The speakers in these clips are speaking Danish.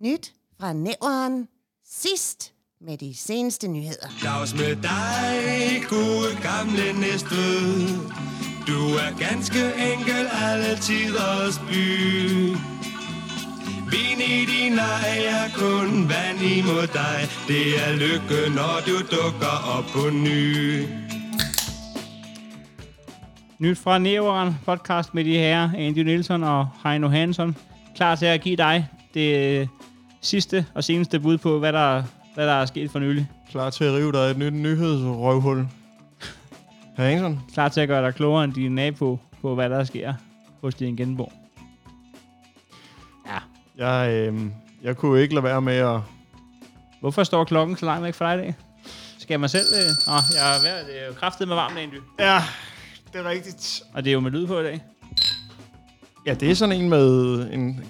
Nyt fra næveren. Sidst med de seneste nyheder. Dags med dig, gode gamle næste. Du er ganske enkel alle tiders by. Vin i din ej er kun vand imod dig. Det er lykke, når du dukker op på ny. Nyt fra Næveren podcast med de herrer, Andy Nielsen og Heino Hansen. Klar til at give dig det øh, sidste og seneste bud på, hvad der, hvad der er sket for nylig. Klar til at rive dig et nyt nyhedsrøvhul. Herr Engson, Klar til at gøre dig klogere end din nabo på, hvad der sker hos din genbo. jeg, øh, jeg kunne ikke lade være med at... Hvorfor står klokken så langt væk fra dig i dag? Skal man selv... Øh? Nå, jeg er ved, det er jo kraftet med varmt, Andy. Ja, det er rigtigt. Og det er jo med lyd på i dag. Ja, det er sådan en med en...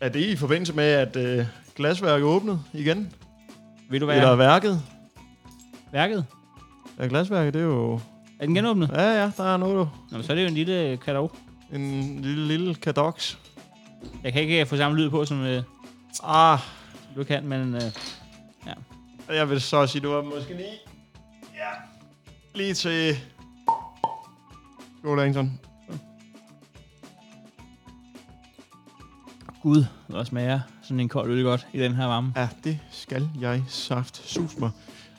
Er det i forbindelse med, at øh, glasværket åbnet igen? Ved du Hvad? Eller hvad? værket? Værket? Ja, glasværket, det er jo... Er den genåbnet? Ja, ja, der er noget. Nå, men så er det jo en lille øh, kadov. En lille, lille kadoks. Jeg kan ikke øh, få samme lyd på, som øh, Ah, du kan, men... Øh, jeg vil så sige, du var måske lige... Ja, lige til... Skål, Engson. Gud, hvor smager sådan en kold øl godt i den her varme. Ja, det skal jeg saft sus mig.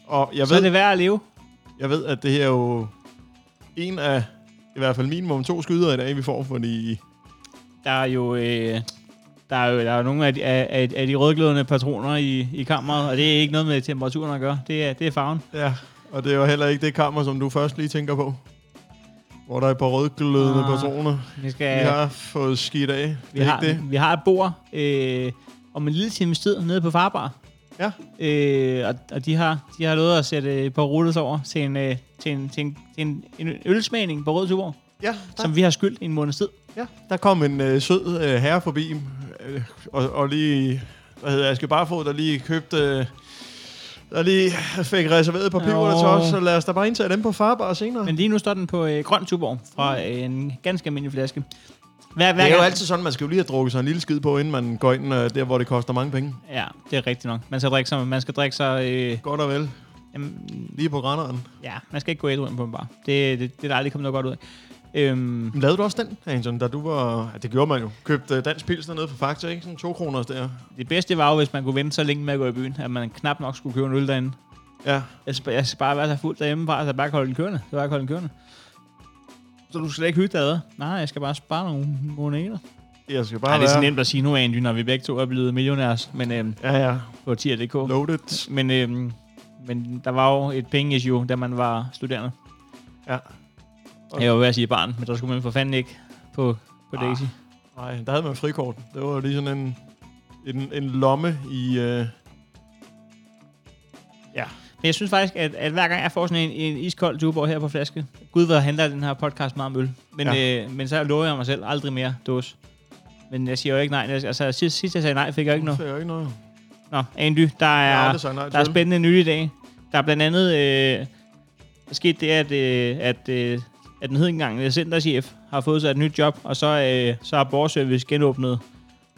Og jeg Så er ved, det værd at leve. jeg ved, at det her er jo en af, i hvert fald minimum to skyder i dag, vi får, fordi Der er jo, øh, der er jo der er jo nogle af de, af, af, af de rødglødende patroner i, i kammeret, og det er ikke noget med temperaturen at gøre. Det er, det er farven. Ja, og det var heller ikke det kammer, som du først lige tænker på. Hvor der er et par rødglødende Ah, personer. Vi, skal, Vi har fået skidt af. vi, det er har, ikke det. vi har et bord øh, om en lille times tid nede på Farbar. Ja. Øh, og, og de, har, de har lovet at sætte et par rulles over til en, øh, til en, til en, til en, en ølsmagning på Rød Tuborg, Ja, der, som vi har skyldt i en måneds tid. ja, der kom en øh, sød øh, herre forbi, øh, og, og lige, hvad hedder Aske Barfod, der lige købte... Øh, der lige fik reserveret papirerne Nå. til os, så lad os da bare indtage dem på farbar senere. Men lige nu står den på øh, Grøn Tuborg fra øh, en ganske almindelig flaske. Hver, hver det er jo gang- altid sådan, man skal jo lige have drukket sig en lille skid på, inden man går ind øh, der, hvor det koster mange penge. Ja, det er rigtigt nok. Man skal drikke sig, man skal drikke sig øh, Godt og vel. jamen, Lige på grænneren. ja, man skal ikke gå ædru ind på en bar. Det, det, det er der aldrig kommet noget godt ud af. Øhm, Men Lavede du også den, Hansen, da du var... Ja, det gjorde man jo. Købte øh, dansk pils dernede på Fakta, ikke? Sådan to kroner der. det bedste var jo, hvis man kunne vente så længe med at gå i byen, at man knap nok skulle købe en øl derinde. Ja. Jeg skal, jeg skal bare være så fuld derhjemme, bare, altså bare kan holde den kørende. Så bare kan holde den kørende. Så du skal ikke hygge dig ad. Nej, jeg skal bare spare nogle moneter. Jeg skal bare Nej, det er så være... nemt at sige nu, Andy, når vi begge to er blevet millionærs men, øhm, Ja, ja. på tier.dk. Loaded. Men, øhm, men der var jo et penge-issue, da man var studerende. Ja. Jeg var ved at sige barn, men der skulle man for fanden ikke på, på Ah. Daisy. Nej, der havde man frikort. Det var jo lige sådan en, en, en lomme i... Øh... Men jeg synes faktisk, at, at hver gang jeg får sådan en, en iskold tuborg her på flaske, gud hvor handler den her podcast meget om øl. Men, ja. øh, men så lover jeg mig selv aldrig mere dås. Men jeg siger jo ikke nej. Altså sidst, sidst jeg sagde nej, fik jeg ikke Nu noget. ser jeg ikke noget. Nå, Andy, der Jeg har er, aldrig sagt nej der er til. spændende nyt i dag. Der er blandt andet øh, sket det, at, øh, at, øh, at den hed engang øh, centerchef har fået sig et nyt job, og så, øh, så er borgerservice genåbnet.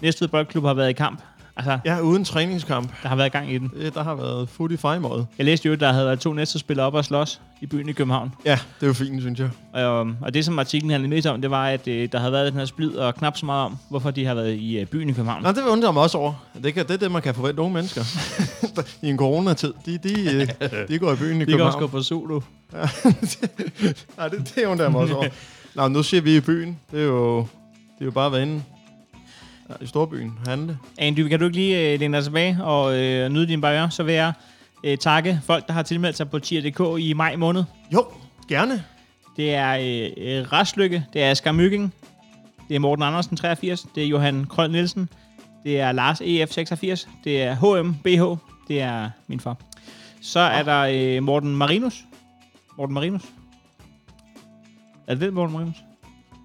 Næstved Boldklub har været i kamp. Altså, Ja, uden træningskamp. der har været gang i den. Øh, Der har været fuld i fejmåret. Jeg læste jo, at der havde været to Næstved-spillere op og slås i byen i København. Ja, det er jo fint, synes jeg. Og, Øhm, og det, som artiklen handlede mest om, det var, at øh, der havde været den her splid, og knap så meget om, hvorfor de har været i øh, byen i København. Nå, det undrer jeg mig også over. Det, kan, det er det, man kan forvente unge mennesker. I en coronatid. De, de, øh, de går i byen i De kan også København. gå på solo. Nej, det, det undrer jeg mig også over. Nå, nu siger vi i byen. Det er jo, det er jo bare vanen. Ja, I storbyen. Handle. Andy, kan du ikke lige øh, læne dig tilbage og øh, nyde din barriere? Så vil jeg øh, takke folk, der har tilmeldt sig på tier.dk i maj måned. Jo, gerne. Det er øh, øh, Raslykke, det er Asger Myggen, det er Morten Andersen 83, det er Johan Krøl Nielsen, det er Lars EF 86, det er HM BH, det er min far. Så er der øh, Morten Marinus. Morten Marinus. Er det det, Morten Marinus?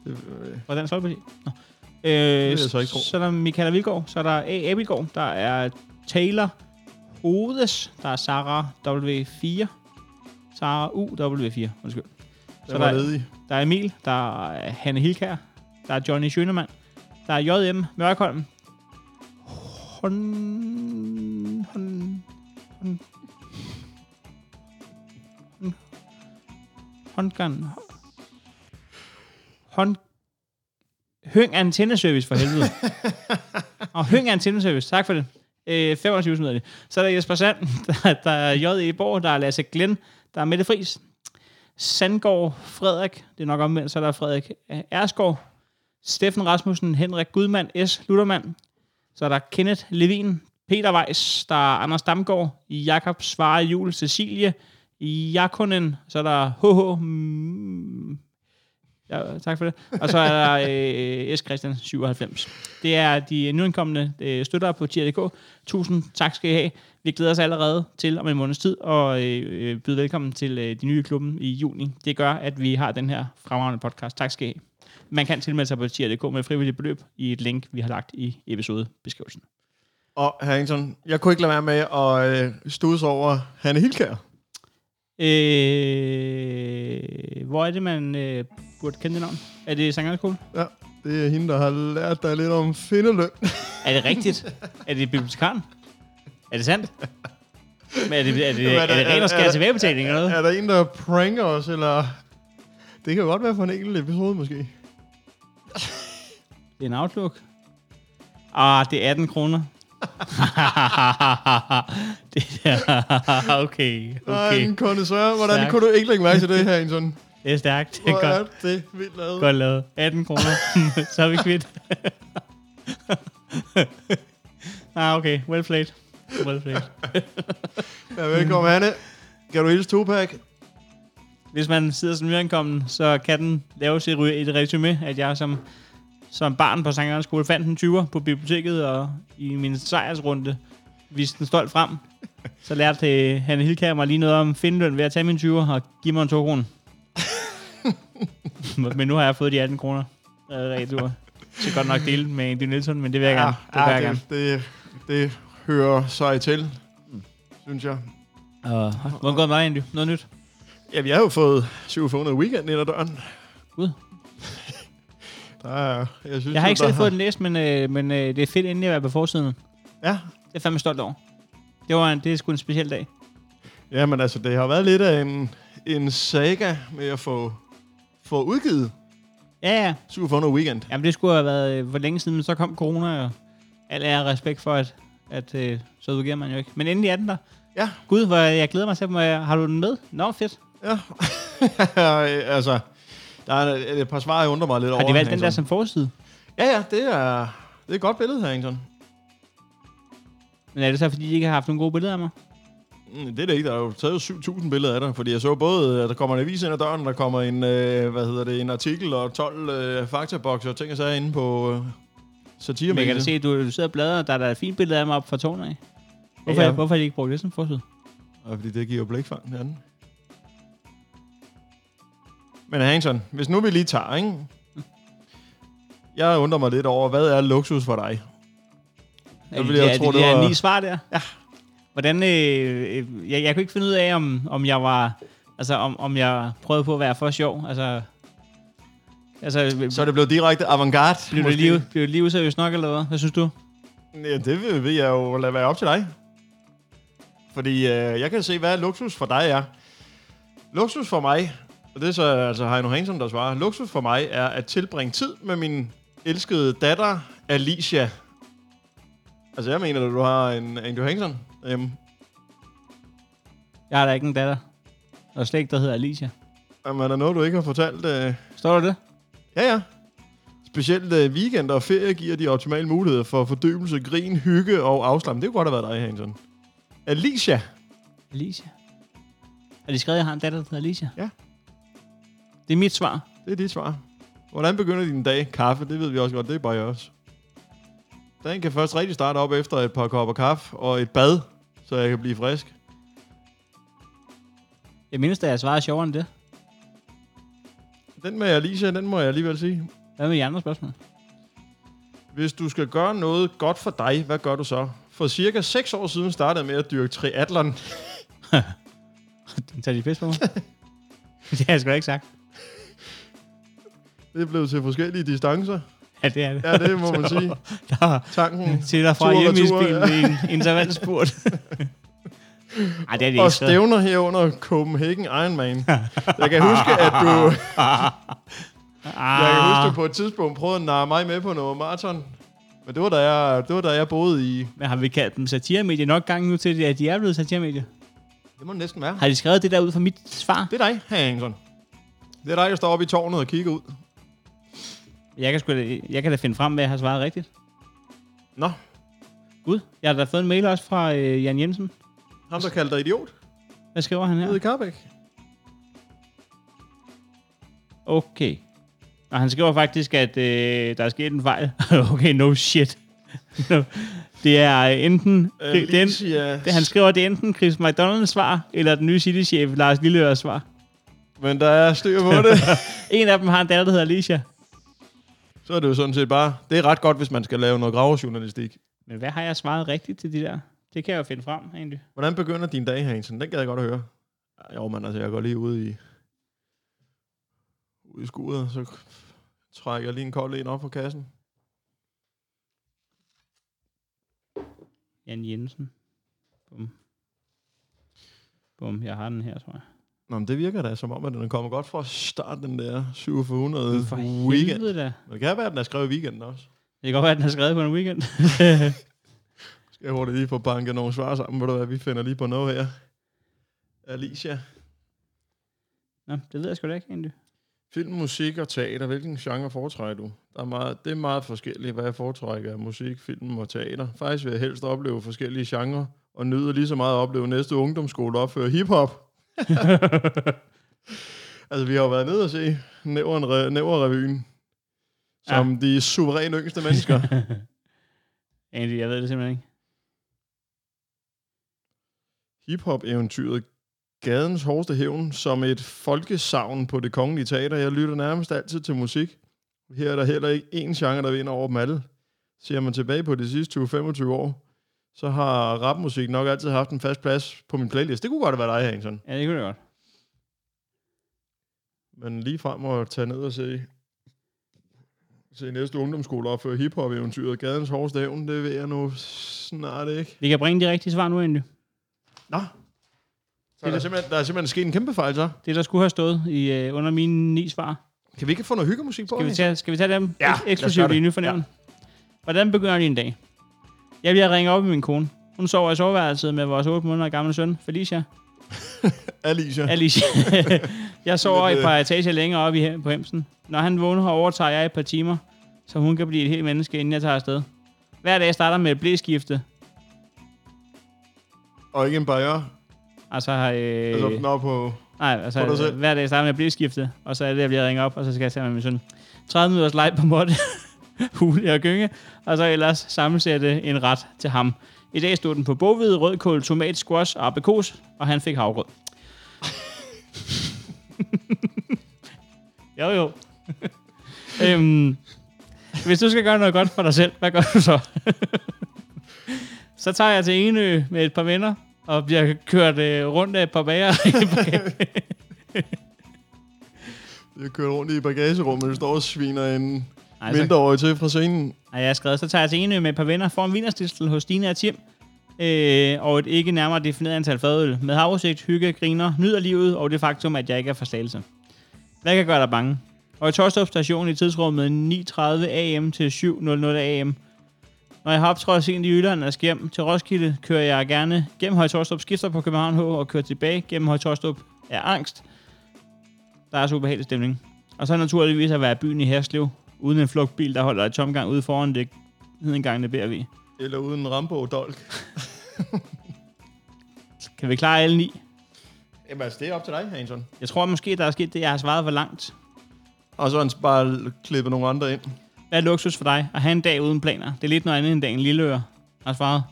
Det, øh, Fra Dansk Folkeparti? Nå. vil Øh, jeg så ikke tro. så er der Michaela Vilgaard, så er der A. Abildgaard, der er Taylor Hodes, der er Sarah W4, Sarah UW4, undskyld. Så den der var er- ledig. Der er Emil, der er Hanne Hilkær, der er Johnny Schønemann, der er J.M. Mørkholm, hånd... hånd... hånd... hånd- håndgang... hånd... Høng Antenneservice for helvede. Og Høng Antenneservice, tak for det. Øh, 25 smider det. Så er der Jesper Sand, der, der er J.E. Borg, der er Lasse Glenn, der er Mette Friis, Sandgaard, Frederik, det er nok omvendt, så er der Frederik øh, Ersgaard, Steffen Rasmussen, Henrik Gudmand, S. Luttermann. Så er der Kenneth Levin, Peter Weiss, der er Anders Damgaard, Jakob Svare Jul, Cecilie, Jakonen, så er der HH, mm, ja, tak for det, og så er der øh, S. Christian 97. Det er de nyankomne øh, støttere på TIR.dk. Tusind tak skal I have. Vi glæder os allerede til om en måneds tid og øh, øh, byde velkommen til øh, de nye i klubben i juni. Det gør, at vi har den her fremragende podcast. Tak skal I have. Man kan tilmelde sig på tier.dk med frivillige beløb i et link, vi har lagt i episodebeskrivelsen. Og Harrington, jeg kunne ikke lade være med at øh, stusse over Hanne Hilkær. Øh, hvor er det, man øh, burde kende det navn? Er det Sangerskole? Ja, det er hende, der har lært dig lidt om findeløn. Er det rigtigt? er det bibliotekaren? Er det sandt? Men er det, er det, er er det, der- er det ren er- og skær er- tilbagebetaling eller noget? er der en, der pranker os, eller... Det kan jo godt være for en enkelt episode, måske. Det er en Outlook. Ah, det er 18 kroner. det der. okay, Okay. okay. en kondensør. Hvordan Stærkt. kunne du ikke lægge mærke til det, Harrington? Det er stærkt. Det er Hvor er godt. det vildt lavet. Godt lavet. 18 kroner. så er vi kvitt. ah, okay. Well played. Well played. Ja, velkommen, Hanne. Kan du hilse Tupac? Hvis man sidder som nyankommen, så kan den lave sit ry- et resume, at jeg som, som barn på Sankt Jørgens Skole fandt en 20'er på biblioteket, og i min sejrsrunde viste den stolt frem. Så lærte øh, Hanne Hildkær mig lige noget om findeløn ved at tage min 20'er og give mig en 2 kroner. men nu har jeg fået de 18 kroner. Øh, retur. Så jeg godt nok dele med Andy Nielsen, men det vil jeg gerne. Det vil jeg gerne. ah, det, det, det hører sig til, Mm. synes jeg. Og hvordan går det med dig, Andy? Noget nyt? Jamen, jeg har jo fået 700 weekend ind ad døren. Gud. Der er, jeg, synes, Jeg har jo, ikke der selv fået den læst, men, øh, men øh, det er fedt endelig at være på forsiden. Det Ja, er jeg fandme stolt over. Det, var en, det er sgu en speciel dag. Jamen altså, det har været lidt af en, en saga med at få, få udgivet Ja, ja. Super Fun Weekend. Jamen, det skulle have været øh, for længe siden, men så kom corona, og al ære og respekt for, at, at øh, så udgiver man jo ikke. Men endelig er den der. Ja. Gud, hvor jeg jeg glæder mig til dem. og jeg- Har du den med? Nå, fedt. Ja. altså, der er et, et par svar, jeg undrer mig lidt over. Har de valgt den der Harrington. som forside? Ja, ja, det er, det er et godt billede, Harrington. Men er det så, fordi de ikke har haft nogle gode billeder af mig? Mm, Det er det ikke. Der er jo taget 7.000 billeder af dig, fordi jeg så både, at der kommer en avis ind ad døren, der kommer en, øh, hvad hedder det, en artikel og 12 øh, faktabokser og ting og sager inde på øh, satire Men jeg kan da se, at du, du sidder og bladrer, og der er der et fint billede af mig op fra tårnet af. Hvorfor, ja, Ja, ja. ja. hvorfor har de ikke brugt det som forside? Og fordi det giver jo blikfang den anden. Men Hansen, hvis nu vi lige tager, ikke? Jeg undrer mig lidt over, hvad er luksus for dig? Jeg ville jeg de, tro, de, det der var- ni svar der? Ja. Hvordan, øh, øh, jeg, jeg kunne ikke finde ud af, om, om jeg var, altså om, om jeg prøvede på at være for sjov. Altså, altså Så er det blevet direkte avantgarde. Blev det, måske? lige, blev det lige useriøst nok, eller hvad? Hvad synes du? Ja, det vil, vil jeg jo lade være op til dig. Fordi øh, jeg kan se, hvad luksus for dig er. Luksus for mig, og det er så altså Heino Hansen, der svarer, luksus for mig er at tilbringe tid med min elskede datter, Alicia. Altså, jeg mener, at du har en Andrew Hansen hjemme. Jeg har da ikke en datter. Og slet ikke, der hedder Alicia. Jamen, er der noget, du ikke har fortalt? Øh, Står du det? ja, ja. Specielt øh, weekend og ferie giver de optimale muligheder for fordøvelse, grin, hygge og afslappning. Det kunne godt have været dig, Hansen. Alicia. Alicia. Har de skrevet, at jeg har en datter, der hedder Alicia? Ja. Det er mit svar. Det er dit svar. Hvordan begynder din dag? Kaffe, det ved vi også godt. Det er bare jeg også. Dagen kan først rigtig starte op efter et par kopper kaffe og et bad, så jeg kan blive frisk. Jeg mindes, at jeg svarede sjovere end det. Den med Alicia, den må jeg alligevel sige. Hvad med de andre spørgsmål? Hvis du skal gøre noget godt for dig, hvad gør du så? For cirka 6 år siden startede jeg med at dyrke triatlon. Den tager de pis på mig. det har jeg sgu da ikke sagt. Det blev til forskellige distancer. Ja, det er det. Ja, det må man sige. Der Tanken. til dig fra Tur og retur, hjemmeisbilen i en intervalspurt. Ej, det er det Og ikke. så- stævner her under Copenhagen Ironman. Jeg kan huske, at du, jeg kan Ah, huske, at du på et tidspunkt prøvede at narre mig med på noget maraton. Men det var, da jeg, det var da jeg boede i... Men har vi kaldt dem satiremedier nok gange nu til, at de er blevet satiremedier? Det må det næsten være. Har de skrevet det der ud fra mit svar? Det er dig, herr Engelsson. Det er dig, der står oppe i tårnet og kigger ud. Jeg kan, sgu, da- jeg kan da finde frem, hvad jeg har svaret rigtigt. Nå, Gud, jeg har da fået en mail også fra øh, Jan Jensen. ham der kaldte dig idiot Hvad skriver han ude i her? Karbæk. Okay. Og han skriver faktisk, at øh, der er sket en fejl. okay, no shit. no. Det er øh, enten... Øh, det, det, er en- Alicia. det, han skriver, det er enten Chris McDonalds svar, eller den nye citychef Lars Lilleøres svar. Men der er styr på det. En af dem har en datter, der hedder Alicia. Så er det jo sådan set bare... Det er ret godt, hvis man skal lave noget gravejournalistik. Men hvad har jeg svaret rigtigt til de der? Det kan jeg jo finde frem, egentlig. Hvordan begynder din dag, herr Engelsson? Den gad jeg godt at høre. Jo, men altså, jeg går lige ude i, ude i skuret, og så trækker jeg lige en kold en op på kassen. Jan Jensen. Bum. Bum, jeg har den her, tror jeg. Nå, men det virker da som om, at den kommer godt fra start, den der 4700 For weekend. helvede da. Men det kan være, at den er skrevet i weekenden også. Det kan godt være, at den er skrevet på en weekend. Skal jeg hurtigt lige få banket nogle svar sammen? Ved du hvad, vi finder lige på noget her. Alicia. Nå, det ved jeg sgu da ikke, egentlig. Film, musik og teater. Hvilken genre foretrækker du? Der er meget, det er meget forskelligt, hvad jeg foretrækker af musik, film og teater. Faktisk vil jeg helst opleve forskellige genrer, og nyder lige så meget at opleve næste ungdomsskole opføre hiphop. altså, vi har jo været nede og se Næver- Næverrevyen, som ja. de suverænt yngste mennesker. Egentlig, jeg ved det simpelthen ikke. hiphop-eventyret Gadens hårdeste hævn som et folkesavn på det kongelige teater. Jeg lytter nærmest altid til musik. Her er der heller ikke én genre, der vinder over dem alle. Ser man tilbage på de sidste 20-25 år, så har rapmusik nok altid haft en fast plads på min playlist. Det kunne godt være dig, Hansson. Ja, det kunne det godt. Men lige frem og tage ned og se, se næste ungdomsskole opføre hiphop-eventyret Gadens hårdeste hævn, det ved jeg nu snart ikke. Vi kan bringe de rigtige svar nu, egentlig. Nå, så er der, simpelthen, der er simpelthen sket en kæmpe fejl så. Det, der skulle have stået i, øh, under mine ni svar. Kan vi ikke få noget hyggemusik på? Skal vi Hansson? tage, skal vi tage dem E- Ja, ja, lad os eksklusivt gøre i det. nyfornævn? Ja. Hvordan begynder din dag? Jeg bliver ringe op i min kone. Hun sover i soveværelset med vores 8 måneder gamle søn, Felicia. Alicia. Alicia. jeg sover Lidt, et par etager længere oppe i her på Hemsen. Når han vågner, overtager jeg et par timer, så hun kan blive et helt menneske, inden jeg tager afsted. Hver dag starter med et blæskifte. Og ikke en barriere. Altså, øh, Altså, øh. når på... Nej, altså Prøv dig selv. øh, hver dag starter med at blive skiftet, og så er det, jeg bliver ringet op, og så skal jeg sammen med min søn. 30 minutters leg på måtte, hule og gynge, og så ellers sammensætte en ret til ham. I dag stod den på boghvide, rødkål, tomat, squash og aprikos, og han fik havgrød. jo, jo. øhm, hvis du skal gøre noget godt for dig selv, hvad gør du så? så tager jeg til Enø med et par venner, og bliver kørt øh, rundt af et par bager Jeg kører rundt i bagagerummet, og står og sviner en Ej, så- mindreårig til fra scenen. Ej, jeg har skrevet, så tager jeg til Enø med et par venner, får en vinerstistel hos Dina og Tim, øh, og et ikke nærmere defineret antal fadøl. Med havudsigt, hygge, griner, nyder livet, og det faktum, at jeg ikke er fra Slagelse. Hvad kan gøre dig bange? Og i Torstrup station i tidsrummet 9.30 am til 7.00 am. Når jeg har optrådt sent i Jylland og skal hjem til Roskilde, kører jeg gerne gennem Høje Torstrup, skifter på København H og kører tilbage gennem Høje Torstrup af angst. Der er så ubehagelig stemning. Og så naturligvis at være i byen i Herslev, uden en flugtbil, der holder i tomgang ude foran det hedengangne BRV. Eller uden Rambo og Dolk. Kan vi klare alle ni? Jamen altså, det er op til dig, Hanson. Jeg tror måske, der er sket det, jeg har svaret for langt. Og så har han bare l- klippet nogle andre ind. Hvad er luksus for dig? At have en dag uden planer. Det er lidt noget andet end dagen lille øre. Har svaret.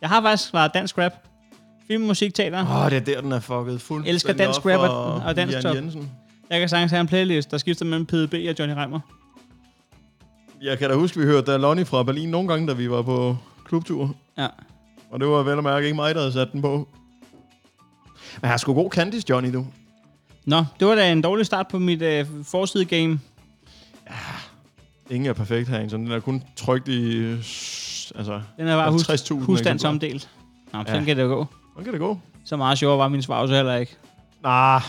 Jeg har faktisk svaret dansk rap. Film, musik, teater. Åh, oh, det er der, den er fucket fuldstændig Elsker dansk op for rap og- og dansk Jan top. Jensen. Jeg kan sagtens have en playlist, der skifter mellem PDB og Johnny Reimer. Jeg kan da huske, vi hørte der Lonnie fra Berlin nogle gange, da vi var på klubtur. Ja. Og det var vel og mærke ikke mig, der havde sat den på. Men har sgu god Candice, Johnny, du. Nå, det var da en dårlig start på mit øh, forside game. Ingen er perfekt herinde, så den er kun trygt i... øh, s- Altså, Den er bare hus, 50.000 husstandsomdelt. Nå, men sådan Ja. kan det jo gå. hvordan kan det gå? Så meget sjovere var min svagse heller ikke. Nej,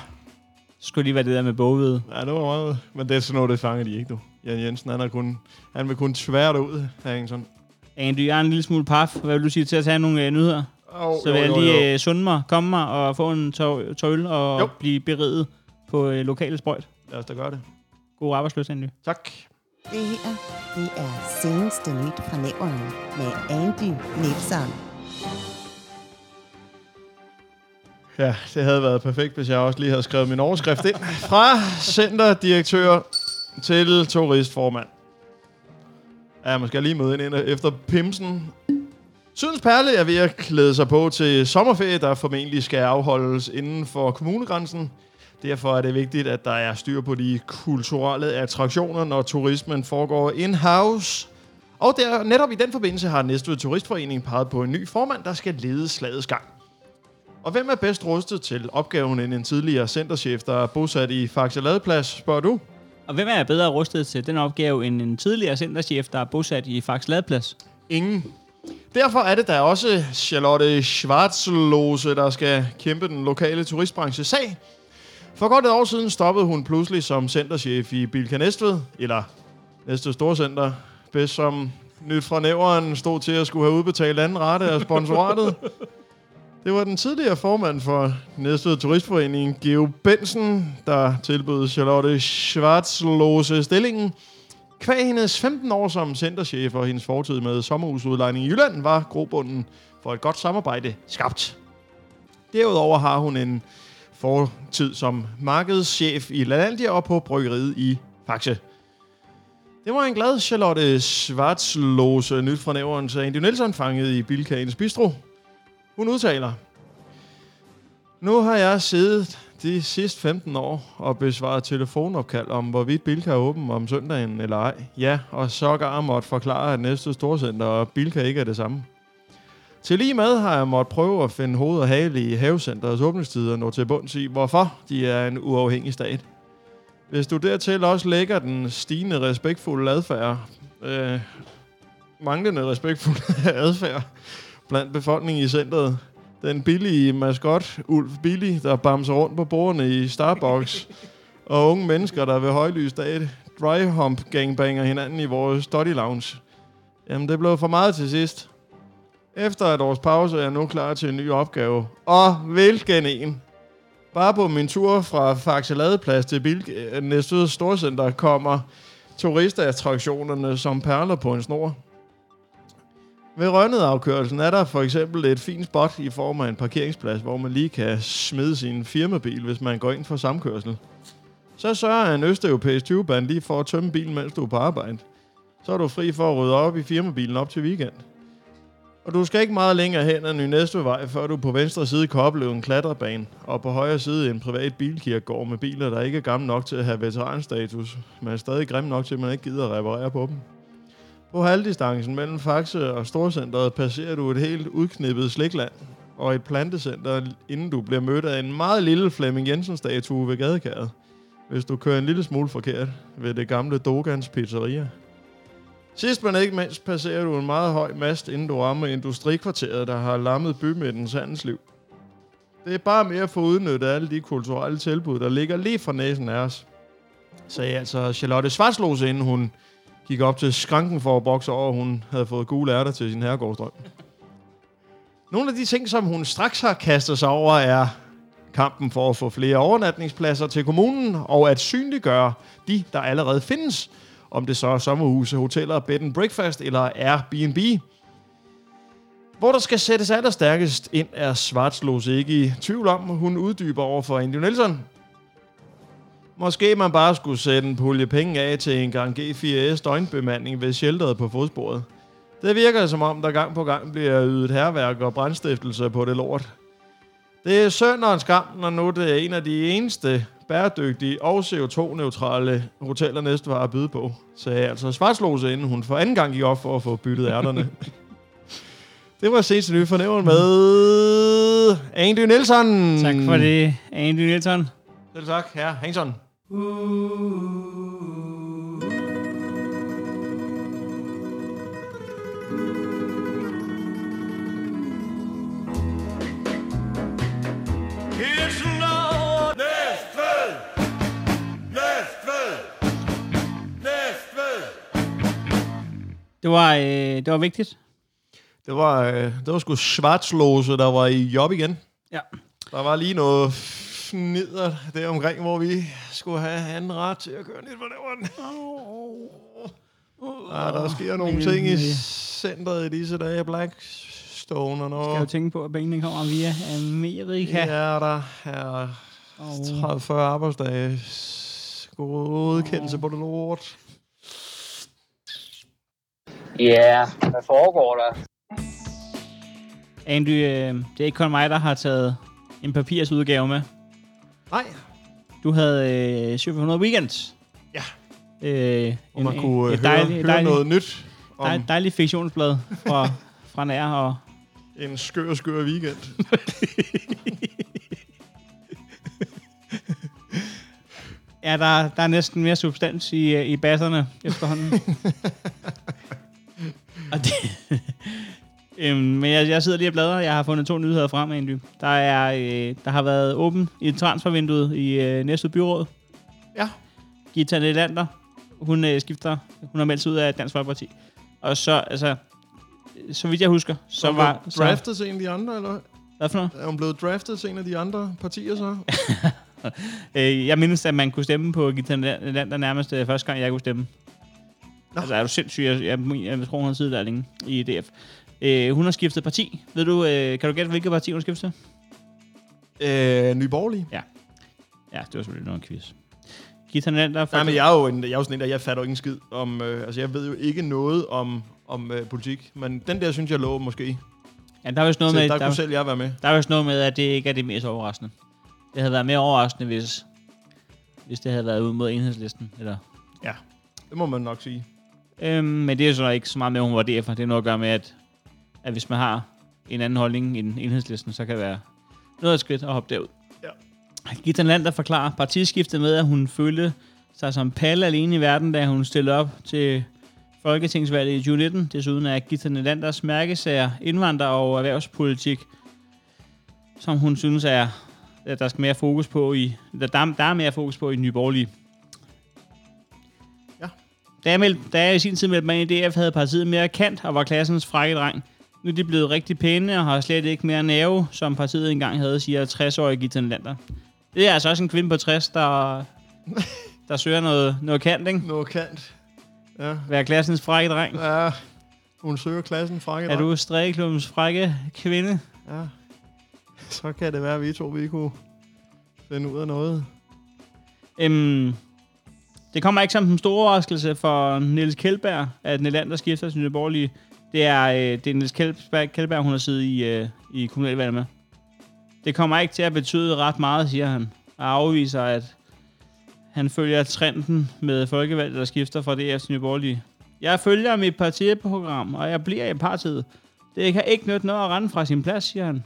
Skulle lige være det der med bogvede. nah, det var meget... Men det er sådan noget, det fanger de ikke, du. Jan Jensen, han, er kun, han vil kun tvære det ud, Hansen. Andy, jeg er en lille smule paf. Hvad vil du sige til at tage nogle øh, nyheder? Oh, Så vil jeg lige øh, sunde mig, komme mig og få en tår, tår øl og Jo. jo. blive beriget på øh, lokale sprøjt. Lad os da gøre det. God arbejdsløs, Andy. Tak. Det her, det er seneste nyt fra næveren med Andy Nielsen. Ja, det havde været perfekt, hvis jeg også lige havde skrevet min overskrift ind. Fra centerdirektør til turistformand. Ja, man skal lige møde ind ind efter pimsen. Sydens Perle er ved at klæde sig på til sommerferie, der formentlig skal afholdes inden for kommunegrænsen. Derfor er det vigtigt, at der er styr på de kulturelle attraktioner, når turismen foregår in-house. Og der, netop i den forbindelse har Næstved Turistforening peget på en ny formand, der skal lede slagets gang. Og hvem er bedst rustet til opgaven end en tidligere centerchef, der er bosat i Faxe Ladeplads, spørger du? Og hvem er bedre rustet til den opgave end en tidligere centerchef, der er bosat i Fax Ladeplads? Ingen. Derfor er det da også Charlotte Schwarzlose, der skal kæmpe den lokale turistbranche sag. For godt et år siden stoppede hun pludselig som centerchef i Bilka Næstved, eller Næstved Storcenter, bedst som nyt fra næveren stod til at skulle have udbetalt anden rette af sponsoratet. Det var den tidligere formand for Næstved Turistforening, Geo Bensen, der tilbød Charlotte Schwarzlose stillingen. Kvæg hendes 15 år som centerchef og hendes fortid med sommerhusudlejning i Jylland var grobunden for et godt samarbejde skabt. Derudover har hun en fortid som markedschef i Lalandia og på bryggeriet i Faxe. Det var en glad Charlotte Schwarzlose nyt fra nævren til Andy Nielsen fanget i Bilkagens Bistro. Hun udtaler, nu har jeg siddet de sidste 15 år og besvaret telefonopkald om, hvorvidt Bilka er åben om søndagen eller ej. Ja, og sågar måtte forklare, at næste storcenter og Bilka ikke er det samme. Til lige med har jeg måttet prøve at finde hoved og hale i havecenterets åbningstider og nå til bunds i, hvorfor de er en uafhængig stat. Hvis du dertil også lægger den stigende respektfulde adfærd, øh, manglende respektfulde adfærd blandt befolkningen i centret, den billige maskot, Ulf Billy, der bamser rundt på bordene i Starbucks, og unge mennesker, der ved højlys dag dry hump gangbanger hinanden i vores study lounge. Jamen, det blev for meget til sidst. Efter et års pause er jeg nu klar til en ny opgave. Og hvilken en! Bare på min tur fra Faxe Ladeplads til Bilk øh, Næstved Storcenter kommer turistattraktionerne som perler på en snor. Ved Rønnede-afkørelsen er der for eksempel et fint spot i form af en parkeringsplads, hvor man lige kan smide sin firmabil, hvis man går ind for samkørsel. Så sørger en østeuropæisk 20-band lige for at tømme bilen, mens du er på arbejde. Så er du fri for at rydde op i firmabilen op til weekend. Og du skal ikke meget længere hen ad Ny Næstøvej, før du på venstre side kan opleve en klatrebane, og på højre side en privat bilkirkegård med biler, der ikke er gamle nok til at have veteranstatus, men er stadig grimme nok til, at man ikke gider at reparere på dem. På halvdistancen mellem Faxe og Storcenteret passerer du et helt udknippet slikland og et plantecenter, inden du bliver mødt af en meget lille Flemming Jensen-statue ved gadekæret, hvis du kører en lille smule forkert ved det gamle Dogans Pizzeria. Sidst men ikke mindst passerer du en meget høj mast, inden du rammer industrikvarteret, der har lammet bymidtens handelsliv. Det er bare mere for at udnytte alle de kulturelle tilbud, der ligger lige fra næsen af os, sagde altså Charlotte Svarslose, inden hun gik op til skranken for at bokse over, at hun havde fået gule ærter til sin herregårdsdrøm. Nogle af de ting, som hun straks har kastet sig over, er kampen for at få flere overnatningspladser til kommunen, og at synliggøre de, der allerede findes, om det så er sommerhuse, hoteller, bed and breakfast eller Airbnb. Hvor der skal sættes allerstærkest ind, er Svartslose ikke i tvivl om. Hun uddyber over for Andy Nielsen, Måske man bare skulle sætte en pulje penge af til en gang G4S døgnbemanding ved shelteret på fodsporet. Det virker som om, der gang på gang bliver ydet herværk og brandstiftelse på det lort. Det er synd og en skam, når nu det er en af de eneste bæredygtige og CO2-neutrale hoteller næste var at byde på, sagde altså Svartslose, inden hun for anden gang gik op for at få byttet ærterne. det var set til nye fornævren med Andy Nielsen. Tak for det, Andy Nielsen. Selv tak, herre Hengson. Det var, øh, det var vigtigt. Det var, øh, det var sgu Schwarzlose, der var i job igen. Ja. Der var lige noget fnider der omkring, hvor vi skulle have anden ret til at køre lidt på den. Ah, der sker nogle men- ting i men- centret i disse dage. Blackstone og Skal jo noget. tænke på, at pengene kommer via Amerika. Ja, der er Og 30-40 arbejdsdage. Godkendelse på det lort. Ja, yeah, hvad foregår der? Andy, øh, det er ikke kun mig, der har taget en papirsudgave med. Nej, Du havde øh, 700 weekends. Ja. Øh, og man kunne øh, høre, høre noget nyt om dejlig, dejlig fiktionsblad fra, fra nær. Og, en skør, skør weekend. ja, der, der er næsten mere substans i, øh, i basserne efterhånden. og det, øhm, men jeg, jeg sidder lige og bladrer. Jeg har fundet to nyheder frem, Andy. Der, er, øh, der har været åben i transfervinduet i øh, Næstved Byråd. Ja. Gita Nelander, hun øh, skifter, hun har meldt sig ud af Dansk Folkeparti. Og så, altså, øh, så vidt jeg husker, så Som var... var så- draftet til en af de andre, eller hvad? Hvad for noget? Er hun blevet draftet til en af de andre partier så? Øh, jeg mindes, at man kunne stemme på Gita Nelander nærmest øh, første gang, jeg kunne stemme. Nå. Altså, er du sindssyg? Jeg, jeg, jeg tror, hun har siddet der længe i DF. Øh, hun har skiftet parti. Ved du, øh, kan du gætte, hvilket parti hun skifter? øh, Nye Borgerlige. Ja, det var selvfølgelig noget quiz. Gita Nelander... Nej, men jeg er jo, en, jeg er jo sådan en, der jeg fatter jo ingen skid om... Øh, altså, jeg ved jo ikke noget om, om øh, politik. Men den der, synes jeg, lå måske. Ja, der er vist noget Så med... der, der kunne selv jeg være med. Der er vist noget med, at det ikke er det mest overraskende. Det havde været mere overraskende, hvis, hvis det havde været ud mod enhedslisten. Eller. Det må man nok sige. Øhm, men det er jo så ikke så meget med, at hun var DF'er. Det er noget at gøre med, at, at hvis man har en anden holdning end enhedslisten, så kan det være noget af et skridt at hoppe derud. Ja. Gita Lander forklarer partiskiftet med, at hun følte sig som palle alene i verden, da hun stillede op til Folketingsvalget i 2019. Desuden er Gita Landers mærkesager indvandrer- og erhvervspolitik, som hun synes er, at der skal mere fokus på i, der, der, der er mere fokus på i Nye Borgerlige. Ja. Da jeg, meldte, da jeg i sin tid meldte mig ind i DF, havde partiet mere kant og var klassens frække dreng. Nu er de blevet rigtig pæne og har slet ikke mere nerve, som partiet engang havde, siger 60-årige Gita Lander. Det er altså også en kvinde på 60, der, der søger noget, noget kant, ikke? Noget kant. Ja. Være klassens frække dreng. ja. Hun søger klassen fra Er du strikklubbens frække kvinde? Ja. Så kan det være, at vi to vi kunne finde ud af noget. Øhm, det kommer ikke som den store overraskelse for Niels Kjeldberg, at Nelander skifter til Nye Borgerlige. Det er, øh, det er Niels Kjeldberg, Kjeldberg, hun har siddet i, øh, i kommunalvalget med. Det kommer ikke til at betyde ret meget, siger han, og afviser, at han følger trenden med folkevalget, der skifter fra DF til Nye Borgerlige. Jeg følger mit partiprogram, og jeg bliver i partiet. Det kan ikke nytte noget at rende fra sin plads, siger han.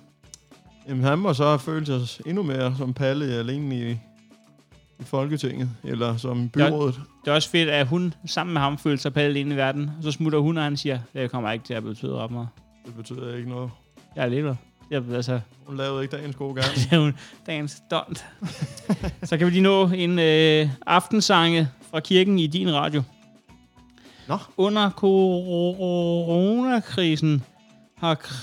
Jamen, han må så have følt sig endnu mere som Palle alene i, i Folketinget, eller som i byrådet. Det er også fedt, at hun sammen med ham føler sig palle alene i verden. Så smutter hun, og han siger, det kommer ikke til at betyde ret meget. Det betyder ikke noget. Jeg er alene. Jeg, altså, Hun lavede ikke dagens gode gang. det er jo dagens stunt. så kan vi lige nå en øh, aftensange fra kirken i din radio. Nå. Under coronakrisen har k-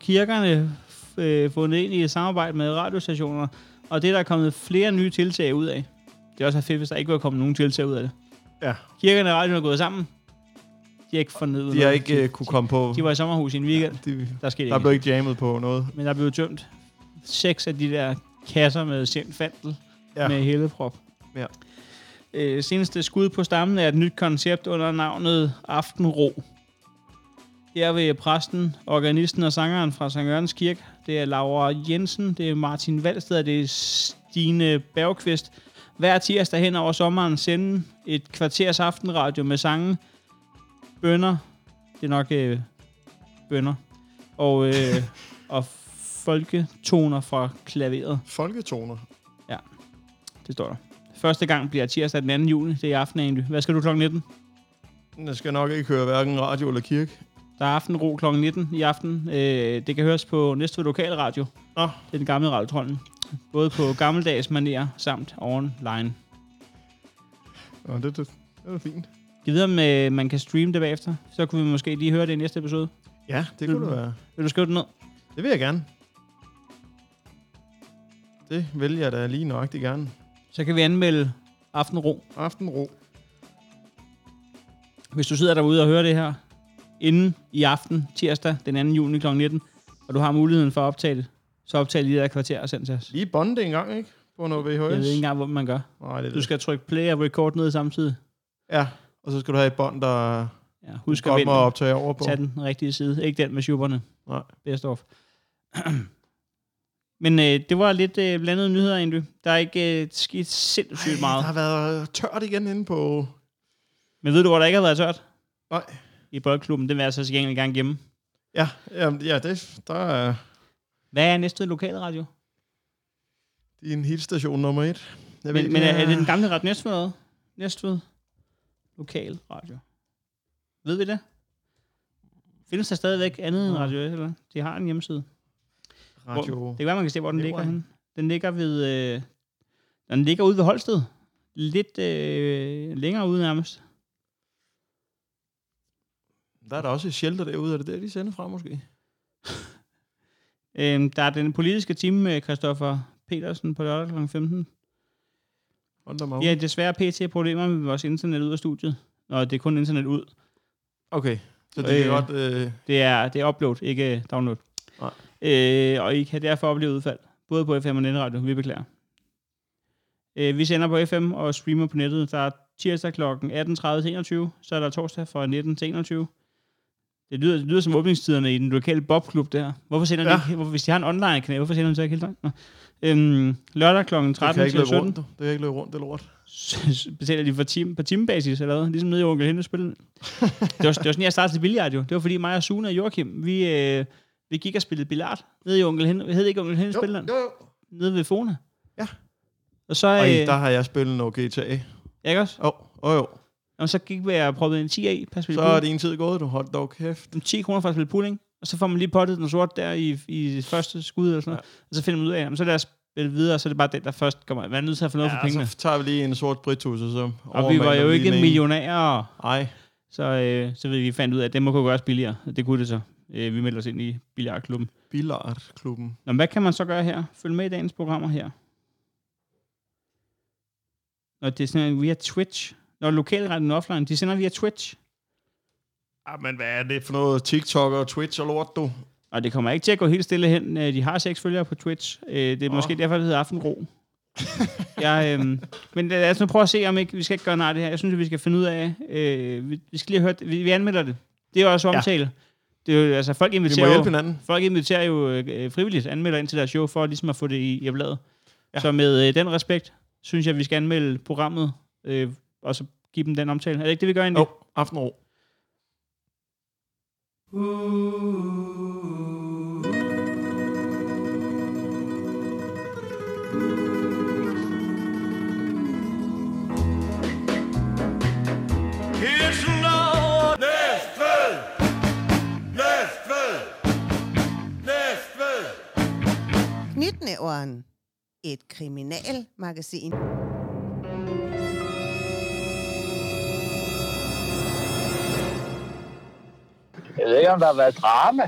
kirkerne øh, fundet ind i et samarbejde med radiostationer, og det er der kommet flere nye tiltag ud af. Det er også fedt, hvis der ikke var kommet nogen tiltag ud af det. ja. Kirkerne og radioen er gået sammen. De har ikke fundet ud af De har noget. ikke uh, kunne komme på. De var i sommerhus i en weekend. De, Der skete der ikke. blev ikke jammet på noget. Men der blev tømt seks af de der kasser med sendt fandel Ja. ja. med helleprop. Ja. Øh, seneste skud på stammen er et nyt koncept under navnet Aftenro. Her vil præsten, organisten og sangeren fra St. Jørgens Kirke, det er Laura Jensen, det er Martin Valsted og det er Stine Bergqvist, hver tirsdag hen over sommeren sende et kvarters aftenradio med sange, bønder, det er nok øh, bønder, og, øh, og folketoner fra klaveret. Folketoner. Det står der. Første gang bliver tirsdag den 2. juni. Det er i aften egentlig. Hvad skal du kl. 19? Jeg skal nok ikke høre hverken radio eller kirke. Der er aftenro kl. 19 i aften. Øh, det kan høres på Næstved Lokalradio. Nå. Det er den gamle radiotrollen. Både på gammeldags manér samt online. Nå, det, det, det er fint. Jeg ved, om øh, man kan streame det bagefter. Så kunne vi måske lige høre det i næste episode. Ja, det kunne det være. Vil du skrive det ned? Det vil jeg gerne. Det vil jeg da lige nøjagtigt gerne. Så kan vi anmelde Aftenro. Aftenro. Hvis du sidder derude og hører det her inden i aften, tirsdag den 2. juni kl. 19, og du har muligheden for at optage det, så optag lige der kvarter og send til os. Lige bonde det en gang, ikke? På noget VHS. Jeg ved ikke engang, hvordan man gør. Nej, det er Du det. skal trykke play og record ned samtidig. Ja, og så skal du have et bånd, der Ja, husk at godt må vente. optage over på. Tag den rigtige side. Ikke den med schubberne. Nej. Best of. Men øh, det var lidt øh, blandede nyheder egentlig. Der er ikke øh, sket sindssygt Ej, meget. Der har været tørt igen inde på... Men ved du, hvor der ikke har været tørt? Nej. I boldklubben. Den vil jeg så til gengæld gerne gemme. Ja, jamen, ja det, der er Hvad er næste lokalradio? din hitstation nummer et. Jeg Men, ikke, men er, er, jeg- det den gamle ret Næstved? eller hvad? Næstved? Lokal radio. Ved vi det? Findes der stadigvæk andet end radio? S, Eller? De har en hjemmeside. Hvor, Radio. det kan være, man kan se, hvor den ligger Levering. henne. Den ligger ved... Øh, den ligger ude ved Holsted. Lidt øh, længere ude nærmest. Der er der også et shelter derude. Er det der, de sender fra, måske? Øhm, der er den politiske time med Christoffer Petersen på lørdag kl. 15. Hold da Okay. mig. Ja, desværre pt. problemer med vores internet ud af studiet. Nå, det er kun internet ud. Okay, så det er Øh. godt... Øh, Det er, det er upload, ikke øh, download. Nej. Øh, og I kan derfor opleve udfald, både på FM og netradio. Vi beklager. Øh, vi sender på FM og streamer på nettet. Der er tirsdag kl. 18.30-21, så er der torsdag fra 19 til 21. Det lyder, det lyder som åbningstiderne i den lokale bobklub der. Hvorfor sender ja. de Ja. ikke, hvorfor, hvis de har en online kanal, hvorfor sender de så ikke helt døgn? Nå. Øhm, lørdag kl. det kan 13 ikke til løbe 17 rundt, du. Det kan ikke løbe rundt, det lort. betaler de for time, på timebasis eller hvad? Ligesom nede i Onkel Hennes spil. det, var, det var sådan, jeg startede til billiard jo. Det var fordi mig og Sune og Joachim, vi, øh, vi gik og spillede billard nede i Onkel Hennes. Hed det ikke Onkel Hennes spil? jo, jo. Nede ved Fona. Ja. Og så, øh, Ej, der ja, har jeg spillet noget GTA. ikke også? Åh, oh, oh, jo. Og så gik vi og prøvede en 10 af per spil. Så er din tid gået, du. Hold dog kæft. 10 kroner for at spille pooling, og så får man lige pottet den sort der i, i første skud, eller sådan noget. og så finder man ud af, jamen, så lad os spille videre, og så er det bare den, der først kommer. Man er nødt til at få noget ja, for pengene. så tager vi lige en sort britusse, så... og vi var overmaler jo lige ikke den ene. millionærer. Nej, så, øh, så vi fandt ud af, at det må kunne gøres billigere. Og Det kunne det så. Øh, vi meldte os ind i billiardklubben. Billardklubben. Nå, men hvad kan man så gøre her? Følg med i dagens programmer her. Nå, det er sådan via Twitch. Nå, lokalretten offline, de sender via Twitch. Ah, men hvad er det for noget TikTok og Twitch og lort, du? Og det kommer ikke til at gå helt stille hen. Øh, De har seks følgere på Twitch. Øh, Det er oh. måske derfor, det hedder Aftenro. jeg, øh, men lad os nu prøve at se, om ikke vi skal ikke gøre nej af det her. Jeg synes, at vi skal finde ud af... Øh, vi, vi skal lige høre... det. Vi, vi anmelder det. Det er jo også omtale. Ja. Det er jo, altså, folk Vi inviterer må jo- hjælpe hinanden. Folk inviterer jo øh, øh, frivilligt anmelder ind til deres show, for ligesom at få det i, i bladet. Ja. Så med øh, den respekt, synes jeg, vi skal anmelde programmet, øh, og så give dem den omtale. Er det ikke det, vi gør egentlig? Jo, oh, aftenro. Kirsten over Næstved Næstved Næstved Knytnæveren. Et kriminalmagasin. Jeg ved ikke, om der har været drama.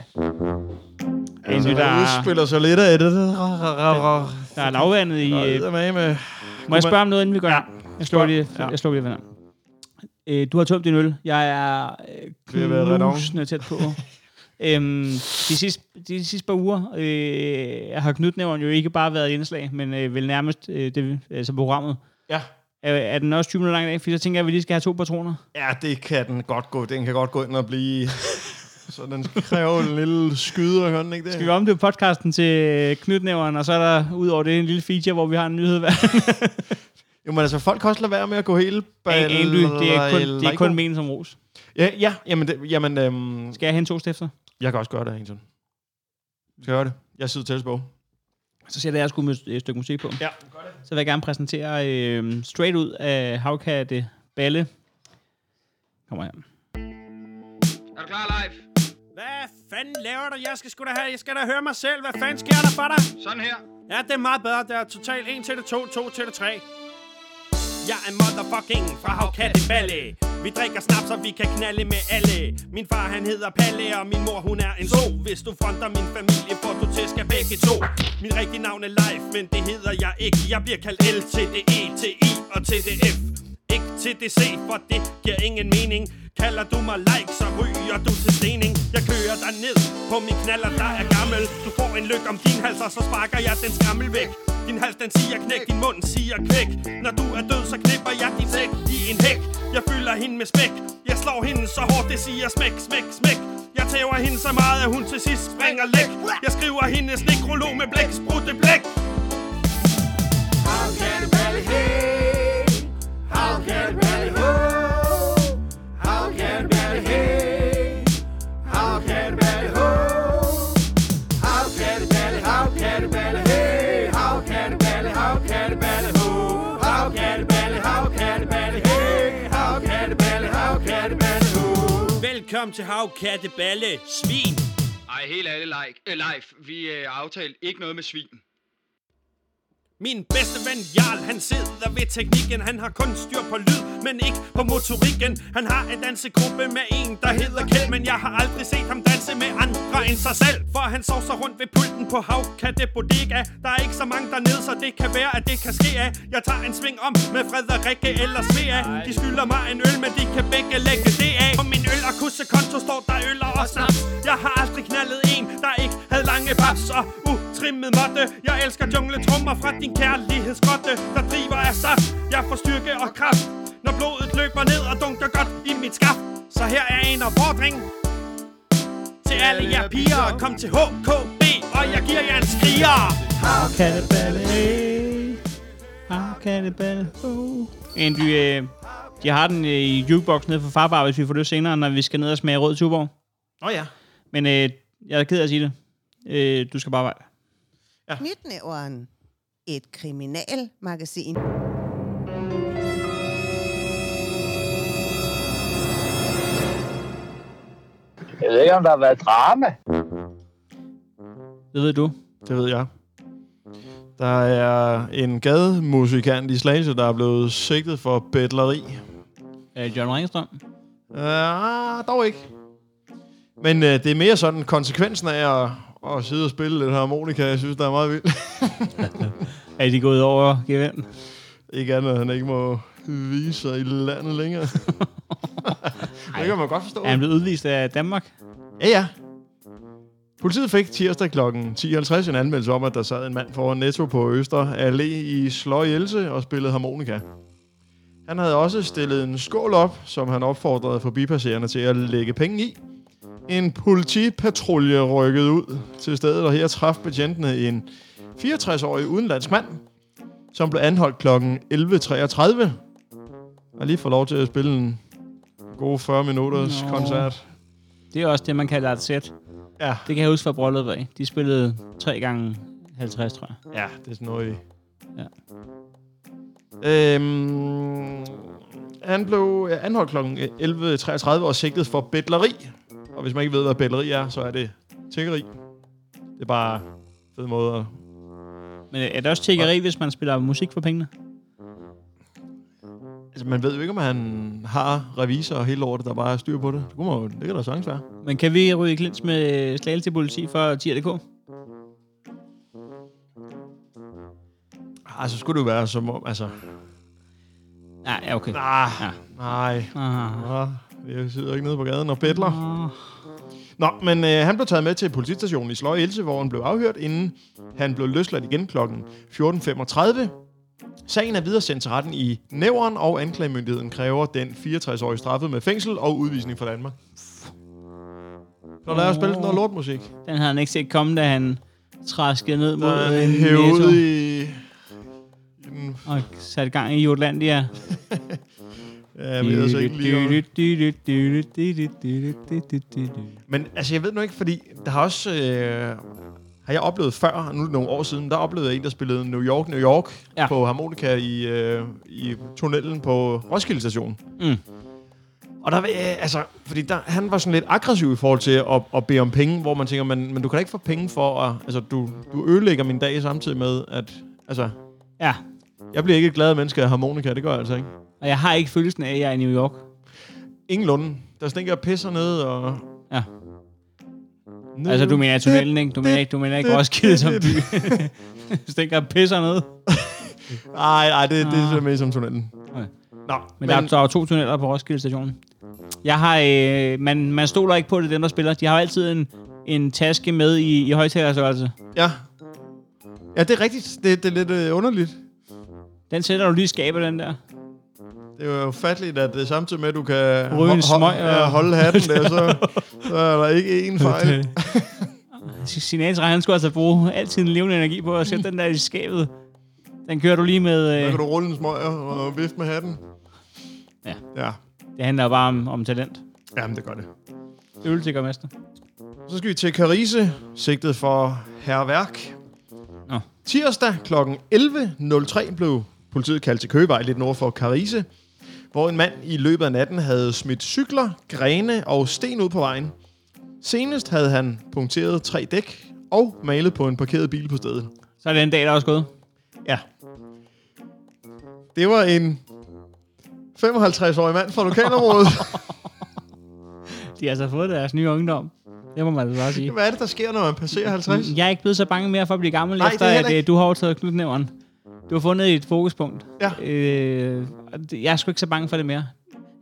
Altså, der, Der er- udspiller sig lidt af det. Ra- ra- ra- ra- der er lavvandet i... Der Øh, er med med. Må jeg spørge om noget, inden vi går? Ja. Jeg slår Spørg. lige, Ja. jeg slår lige vand. Øh, du har tømt din øl. Jeg er øh, har været ret oven. knusende tæt på. øhm, de, sidste, de sidste par uger øh, har knytnæveren jo ikke bare været et indslag, men øh, vel nærmest øh, det, altså programmet. Ja. Er, er den også 20 minutter lang i dag? Fordi så tænker jeg, at vi lige skal have to patroner. ja, det kan den godt gå. Den kan godt gå ind og blive... Så den kræver en lille skyder, gør den ikke det? Skal vi omdøbe podcasten til øh, knytnæveren, og så er der ud over det en lille feature, hvor vi har en nyhed hver. Jo, men altså, folk kan også lade være med at gå hele... An- Andy, det er kun, det er kun meningen som ros. Ja, ja, jamen, det, jamen øhm, Skal jeg hente to stifter? jeg kan også gøre det, Hansen. Skal jeg gøre det? Jeg sidder til på. Så sætter jeg sgu med et stykke musik på. Ja, Så vil jeg gerne præsentere øh, straight ud af Havkatte Balle. Kommer her. Er du klar, Leif? Hvad fanden laver du? Jeg skal sgu da have, jeg skal da høre mig selv. Hvad fanden sker der for dig? Sådan her. Ja, det er meget bedre. Der er totalt 1 til det 2, 2 til det 3. Jeg er motherfucking fra Havkatte Valley. Vi drikker snaps, så vi kan knalde med alle Min far han hedder Palle, og min mor hun er en so Hvis du fronter min familie, får du tæsk af begge to Mit rigtige navn er Leif, men det hedder jeg ikke Jeg bliver kaldt L til det E til I og til det F Ikke til det C, for det giver ingen mening Kalder du mig like, så ryger du til stening Jeg kører dig ned på min knaller, der er gammel Du får en lykke om din hals, og så sparker jeg den skammel væk Din hals den siger knæk, din mund siger knæk Når du er død, så knipper jeg din sæk i en hæk Jeg fylder hende med smæk Jeg slår hende så hårdt, det siger smæk, smæk, smæk jeg tæver hende så meget, at hun til sidst springer læk Jeg skriver hendes nekrolog med blæk, sprutte blæk Velkommen til Havkatteballe, svin! Ej, helt alle like, øh, live. Vi øh, aftalte ikke noget med svin. Min bedste ven Jarl, han sidder ved teknikken Han har kun styr på lyd, men ikke på motorikken Han har en dansegruppe med en, der hedder Kjeld Men jeg har aldrig set ham danse med andre end sig selv For han sovser rundt ved pulten på Havkatte Bodega Der er ikke så mange dernede, så det kan være, at det kan ske af Jeg tager en sving om med Frederikke eller Svea De skylder mig en øl, men de kan begge lægge det af På min øl og kussekonto står der øl og snaps Jeg har aldrig knaldet en, der ikke havde lange babs Og uh, utrimmet måtte Jeg elsker jungletrummer fra din kærlighedsgrotte Der driver af saft Jeg får styrke og kraft Når blodet løber ned og dunker godt i mit skab Så her er en opfordring Til alle jer piger Kom til HKB Og jeg giver jer en skriger How can it ballet? How can it ballet? Oh. Andy, øh, de har den øh, i jukebox nede for farbar, hvis vi får det senere, når vi skal ned og smage rød tuborg. Nå ja. Men øh, jeg er ked af at sige det. Øh, du skal bare vej. Knytnæveren. Et kriminalmagasin. Jeg ved ikke, om der har været drama. Det ved du. Det ved jeg. Der er en gademusikant i Slagelse, der er blevet sigtet for bedleri. Øh, John Ringstrøm. Uh, dog ikke. Men øh, det er mere sådan konsekvensen af at, at sidde og spille lidt harmonika, jeg synes, der er meget vildt. Er de gået over gevind? ikke andet, at han ikke må vise sig i landet længere. det kan man godt forstå. Er han blevet udvist af Danmark? Ja, ja. Politiet fik tirsdag kl. 10.50 en anmeldelse om, at der sad en mand foran Netto på Øster Allé i Sløjelse og spillede harmonika. Han havde også stillet en skål op, som han opfordrede forbipasserende til at lægge penge i. En politipatrulje rykkede ud til stedet, og her traf betjentene en 64-årig udenlandsk mand, som blev anholdt kl. 11.33 og lige får lov til at spille en god 40 minutters Nå. koncert. Det er også det, man kalder et sæt. Ja. Det kan jeg huske fra Brøllet af. De spillede 3 gange 50, tror jeg. Ja, det er sådan noget i. Ja. Øhm, han blev øh, anholdt kl. 11.33 og sigtet for bedleri. Og hvis man ikke ved, hvad bedleri er, så er det tiggeri. Det er bare en fed måde at... Men øh, er det også tiggeri, hvis man spiller musik for pengene? Altså, man ved jo ikke, om han har revisorer og hele lortet, der bare styr på det. Det, kunne man, jo- det kan da sagtens være. Men kan vi ryge i klins med øh, Slagelse Politi for 10.dk? Ah, så skulle det jo være som om, altså... Nej, ja, okay. Ah, Ja. nej. Ah. Ah, jeg sidder ikke nede på gaden og bedler. Ah. Nå, men øh, han blev taget med til politistationen i Sløje Else, hvor han blev afhørt, inden han blev løsladt igen kl. 14.35. Sagen er videre sendt til retten i Nævren, og anklagemyndigheden kræver den 64-årige straffet med fængsel og udvisning fra Danmark. Så lad os spille noget lortmusik. Den havde han ikke set komme, da han traskede ned mod Der er en hævet netto i... i den- og satte gang i Jutlandia. Ja, men jeg ved altså ikke lige... om- Men altså, jeg ved nu ikke, fordi der har også... Øh, har jeg oplevet før, og nu er det nogle år siden, der oplevede jeg en, der spillede New York, New York Ja. ja. på harmonika i, øh, i tunnelen på Roskilde Station. Mm. Og der, var, øh, altså, fordi der, han var sådan lidt aggressiv i forhold til at, at bede om penge, hvor man tænker, men, men du kan da ikke få penge for at... Altså, du, du ødelægger min dag samtidig med, at... Altså, Ja, jeg bliver ikke et glad menneske af harmonika, det gør jeg altså ikke. og jeg har ikke følelsen af, at jeg er i New York. Ingen lunde. Der stinker pisser ned og... Ja. Altså, du mener tunnelen, ikke? Du mener ikke, du mener ikke Roskilde som by. Stinker og pisser ned. Nej, nej, det, det er mere som tunnelen. Ah. Okay. Nå, Men, men der, er, der er jo to tunneller på Roskilde Station. Jeg har, øh, man, man stoler ikke på det, dem der spiller. De har jo altid en, en taske med i, i højtalerstørrelse. Ja. Ja, det er rigtigt. Det, det er lidt øh, underligt. Den sætter du lige i skabet, den der. Det er jo ufatteligt, at det samtidig med, at du kan Ryge en ho- ho- smøg ja, og- holde hatten der, så, så er der ikke én fejl. Sinatra, han skulle altså bruge al sin levende energi på at sætte den der i skabet. Den kører du lige med... Så Øh, kan du rulle en smøg og vifte med hatten. Ja. Ja, det handler jo bare om, om talent. Jamen, det gør det. Øl til mester. Så skal vi til Carise, sigtet for herværk. Nå. Tirsdag kl. 11.03 blev politiet kaldt til Køgevej lidt nord for Carise, hvor en mand i løbet af natten havde smidt cykler, grene og sten ud på vejen. Senest havde han punkteret tre dæk og malet på en parkeret bil på stedet. Så er den dag, der er også gået. Ja. Det var en 55-årig mand fra lokalområdet. De har altså fået deres nye ungdom. Det må man altså bare sige. Hvad er det, der sker, når man passerer 50? Jeg er ikke blevet så bange mere for at blive gammel, Nej, Nej, det er efter at heller øh, du har overtaget knytnæveren. Du har fundet et fokuspunkt. Ja. Øh, og det- jeg er sgu ikke så bange for det mere.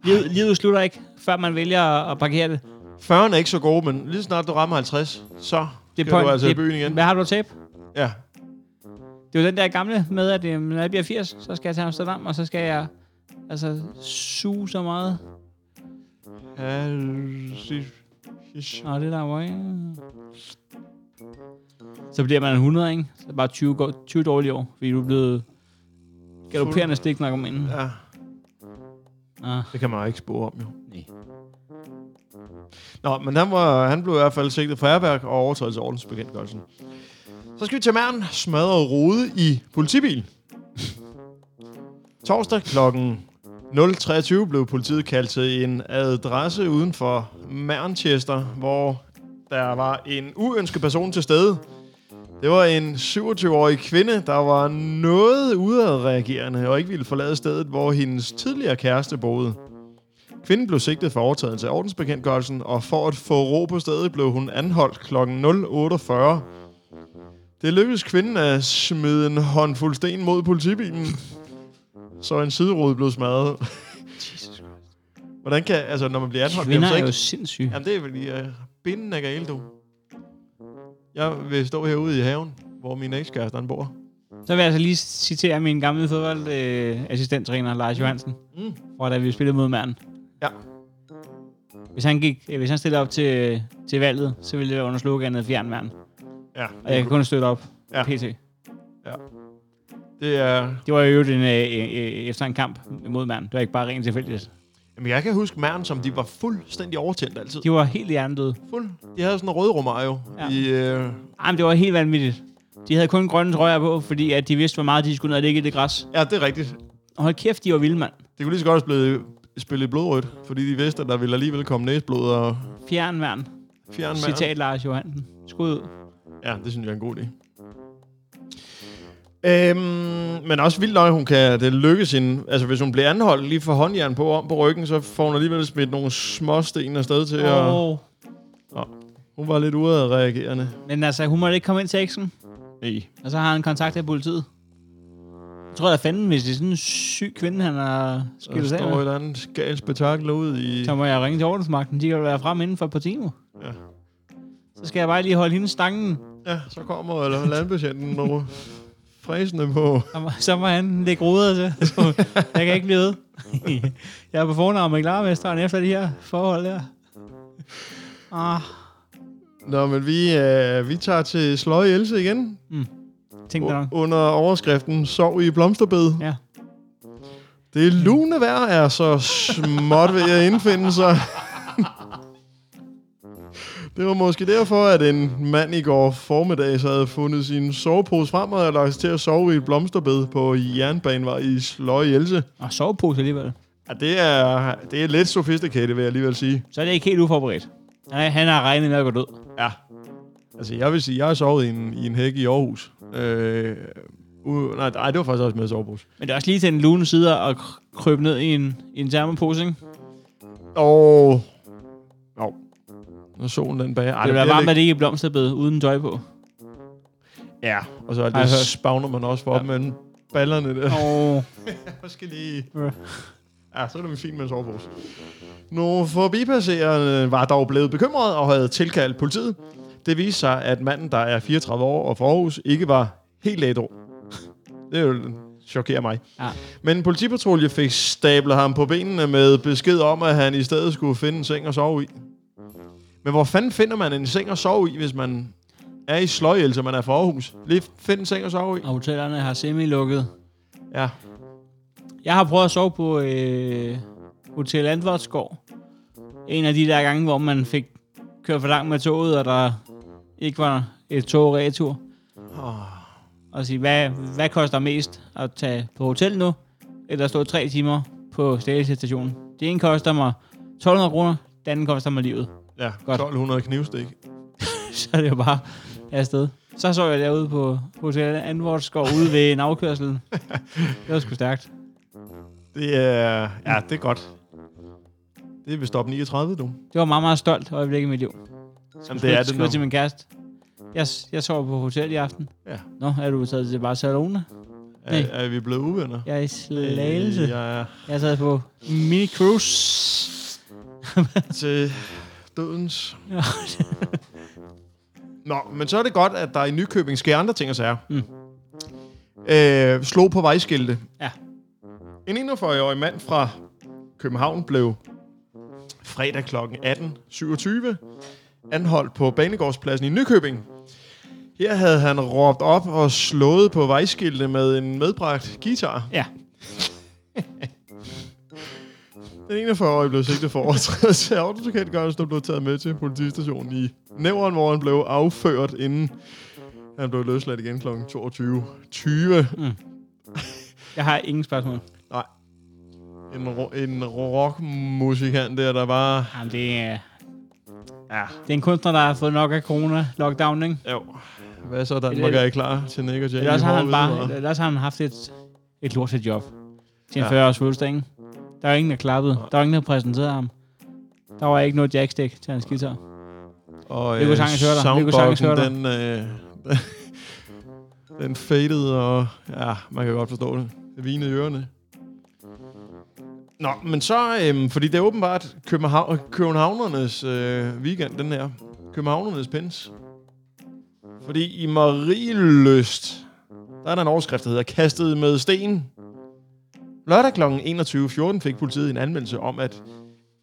Livet, livet slutter ikke, før man vælger at, at parkere det. 40'erne er ikke så gode, men lige snart du rammer 50, så det skal point- du altså i byen igen. Hvad har du at tabe? Ja. Det er jo den der gamle med, at øh, når jeg bliver 80, så skal jeg til Amsterdam, og så skal jeg altså suge så meget. Nå, det er der hvor Så bliver man 100, ikke? Så er det bare 20, går- 20 dårlige år, fordi du er blevet galopperende stik nok om inden. ja. Ah. Det kan man jo ikke spore om, jo. Nej. Nå, men han, var, han blev i hvert fald sigtet for ærværk og overtrædelse af ordensbekendtgørelsen. Så skal vi til manden smadre rode i politibil. Torsdag klokken 0.23 blev politiet kaldt til en adresse uden for Manchester, hvor der var en uønsket person til stede. Det var en 27-årig kvinde, der var noget udadreagerende og ikke ville forlade stedet, hvor hendes tidligere kæreste boede. Kvinden blev sigtet for overtrædelse af ordensbekendtgørelsen, og for at få ro på stedet blev hun anholdt kl. 08.40. Det lykkedes kvinden at smide en håndfuld sten mod politibilen, så en siderude blev smadret. Hvordan kan, altså når man bliver anholdt, bliver Kvinder man så er jo ikke... sindssyge. Jamen det er fordi, uh, binden er gale, du. Jeg vil stå herude i haven, hvor min ekskæreste han bor. Så vil jeg altså lige citere min gamle fodboldassistenttræner, øh, assistenttræner, Lars Johansen, Mm. mm. fra da vi spillede mod manden. Ja. Hvis han, gik, øh, hvis han stillede op til, til valget, så ville det være under sloganet fjern manden. Ja, Og jeg kan kun støtte op. Ja. Ja. PT. det er... Det var jo øvrigt en, øh, øh, øh, efter en kamp mod manden. Det var ikke bare rent tilfældigt. Jamen, jeg kan huske mæren, som de var fuldstændig overtændt altid. De var helt hjernedøde. Fuld. De havde sådan en rød romario. Ja. Ja. I, øh, Jamen, det var helt vanvittigt. De havde kun grønne trøjer på, fordi at de vidste, hvor meget de skulle ned og ligge i det græs. ja, det er rigtigt. Og hold kæft, de var vilde, mand. Det kunne lige så godt have blevet spillet i blodrødt, fordi de vidste, at der ville alligevel komme næsblod og Fjern mand. fjerne mæren. Citat Lars Johansen. Skud ud. Ja, det synes jeg er en god idé. Øhm, men også vildt nok, hun kan det lykkes hende. Altså, hvis hun bliver anholdt lige for håndjern på om på ryggen, så får hun alligevel smidt nogle småsten afsted til, oh. og Åh. hun var lidt udadreagerende. Men altså, hun måtte ikke komme ind til eksen, Nej. og så har han kontakt af politiet. Jeg tror da fanden, hvis det er sådan en syg kvinde, han har Så skilt sig af står et med, eller andet galt spektakel ud i... så må jeg ringe til ordensmagten. De kan jo være frem inden for et par timer. Ja. Så skal jeg bare lige holde hende stangen. Ja, så kommer eller landbetjenten og fræsende på... Så må, så må han lægge ruder til. Så jeg kan ikke blive ved. jeg er på fornavn med klarmesteren efter det her forhold der. Ah, Nå, men vi, øh, vi tager til Sløje Else igen. tænk dig nok. U- under overskriften Sov i blomsterbed. Ja. Det lune vejr er så småt ved at indfinde sig. Det var måske derfor, at en mand i går formiddag så havde fundet sin sovepose frem og havde lagt sig til at sove i et blomsterbed på jernbanevej i Sløje Else. Og sovepose alligevel. Ja, det er, det er lidt sofistikeret, vil jeg alligevel sige. Så er det ikke helt uforberedt. Han, han har regnet med at gå død. Ja. Altså, jeg vil sige, jeg har sovet i en, i en hæk i Aarhus. Øh, u- nej, nej, det var faktisk også med sovepose. Men det er også lige til den lune side og krybe ned i en, i en termopose, ikke? Åh. Oh. Oh. Når solen den bag. Ej, Det vil være bliver varmt, at lidt- det ikke er blomsterbed uden tøj på. Ja, og så er jeg det hørt. spavner man også for ja. med ballerne der. Åh, Jeg skal lige... Ja, så er det fint med en sovepose. Nogle forbipasserende var dog blevet bekymret og havde tilkaldt politiet. Det viste sig, at manden, der er 34 år og fra Aarhus, ikke var helt ædru. Det er jo chokerer mig. Ja. Men en politipatrulje fik stablet ham på benene med besked om, at han i stedet skulle finde en seng at sove i. Men hvor fanden finder man en seng at sove i, hvis man er i sløjel, så man er fra Aarhus? Lige find en seng at sove i. og hotellerne har semi-lukket. Ja. Jeg har prøvet at sove på øh, Hotel Antvortsgård. En af de der gange, hvor man fik kørt for langt med toget, og der ikke var et tog retur. Og sige, hvad, hvad koster mest at tage på hotel nu, eller stå tre timer på Slagelse station? Det ene koster mig 1200 kroner, det andet koster mig livet. Ja, Godt. 1200 knivstik. så er det jo bare afsted. Så så jeg derude på Hotel Antvortsgård ude ved en afkørsel. Det var sgu stærkt. Det er... Ja, det er godt. Det er vist op 39, du. Det var meget, meget stolt øjeblik i mit liv. Jamen, det er det Skriv til nu. min kæreste. Jeg, jeg sover på hotel i aften. Ja. Nå, er du taget til Barcelona? Er, er vi blevet uvenner? Jeg er i slagelse. Øh, Jeg er Jeg er taget på mini-cruise. til dødens. Ja. Nå, men så er det godt, at der i Nykøbing sker andre ting og sager. Mm. Øh, slog på vejskilte. Ja. En 41-årig mand fra København blev fredag kl. 18.27 anholdt på Banegårdspladsen i Nykøbing. Her havde han råbt op og slået på vejskilte med en medbragt guitar. Ja. Den 41-årige blev sigtet for overtrædelse af autosukkergørelsen, der blev taget med til politistationen i Nævren, hvor han blev afført, inden han blev løsladt igen kl. 22.20. Mm. Jeg har ingen spørgsmål. Nej. En, ro- en rockmusikant der, der bare... Jamen, det er, Ja. det er en kunstner, der har fået nok af corona-lockdown, ikke? Jo. Hvad så, Danmark Det- er I klar til Nick og Jay? Ellers har han bare, ellers har han haft et, et lortet job til en Ja. ja. 40-års fødselsdag, ikke? Der var ingen, der klappede. Der var ingen, der præsenterede ham. Der var ikke noget jackstick til hans guitar. Og øh, Vi kunne sagtens høre dig. Vi kunne sagtens høre dig. soundboxen, den, øh, den fadede, og ja, man kan godt forstå det. Det vinede i ørerne. Nå, men så, øhm, fordi det er åbenbart København, Københavnernes øh, weekend, den her. Københavnernes pins. Fordi i Marieløst, der er der en overskrift, der hedder Kastet med sten. Lørdag kl. 21.14 fik politiet en anmeldelse om, at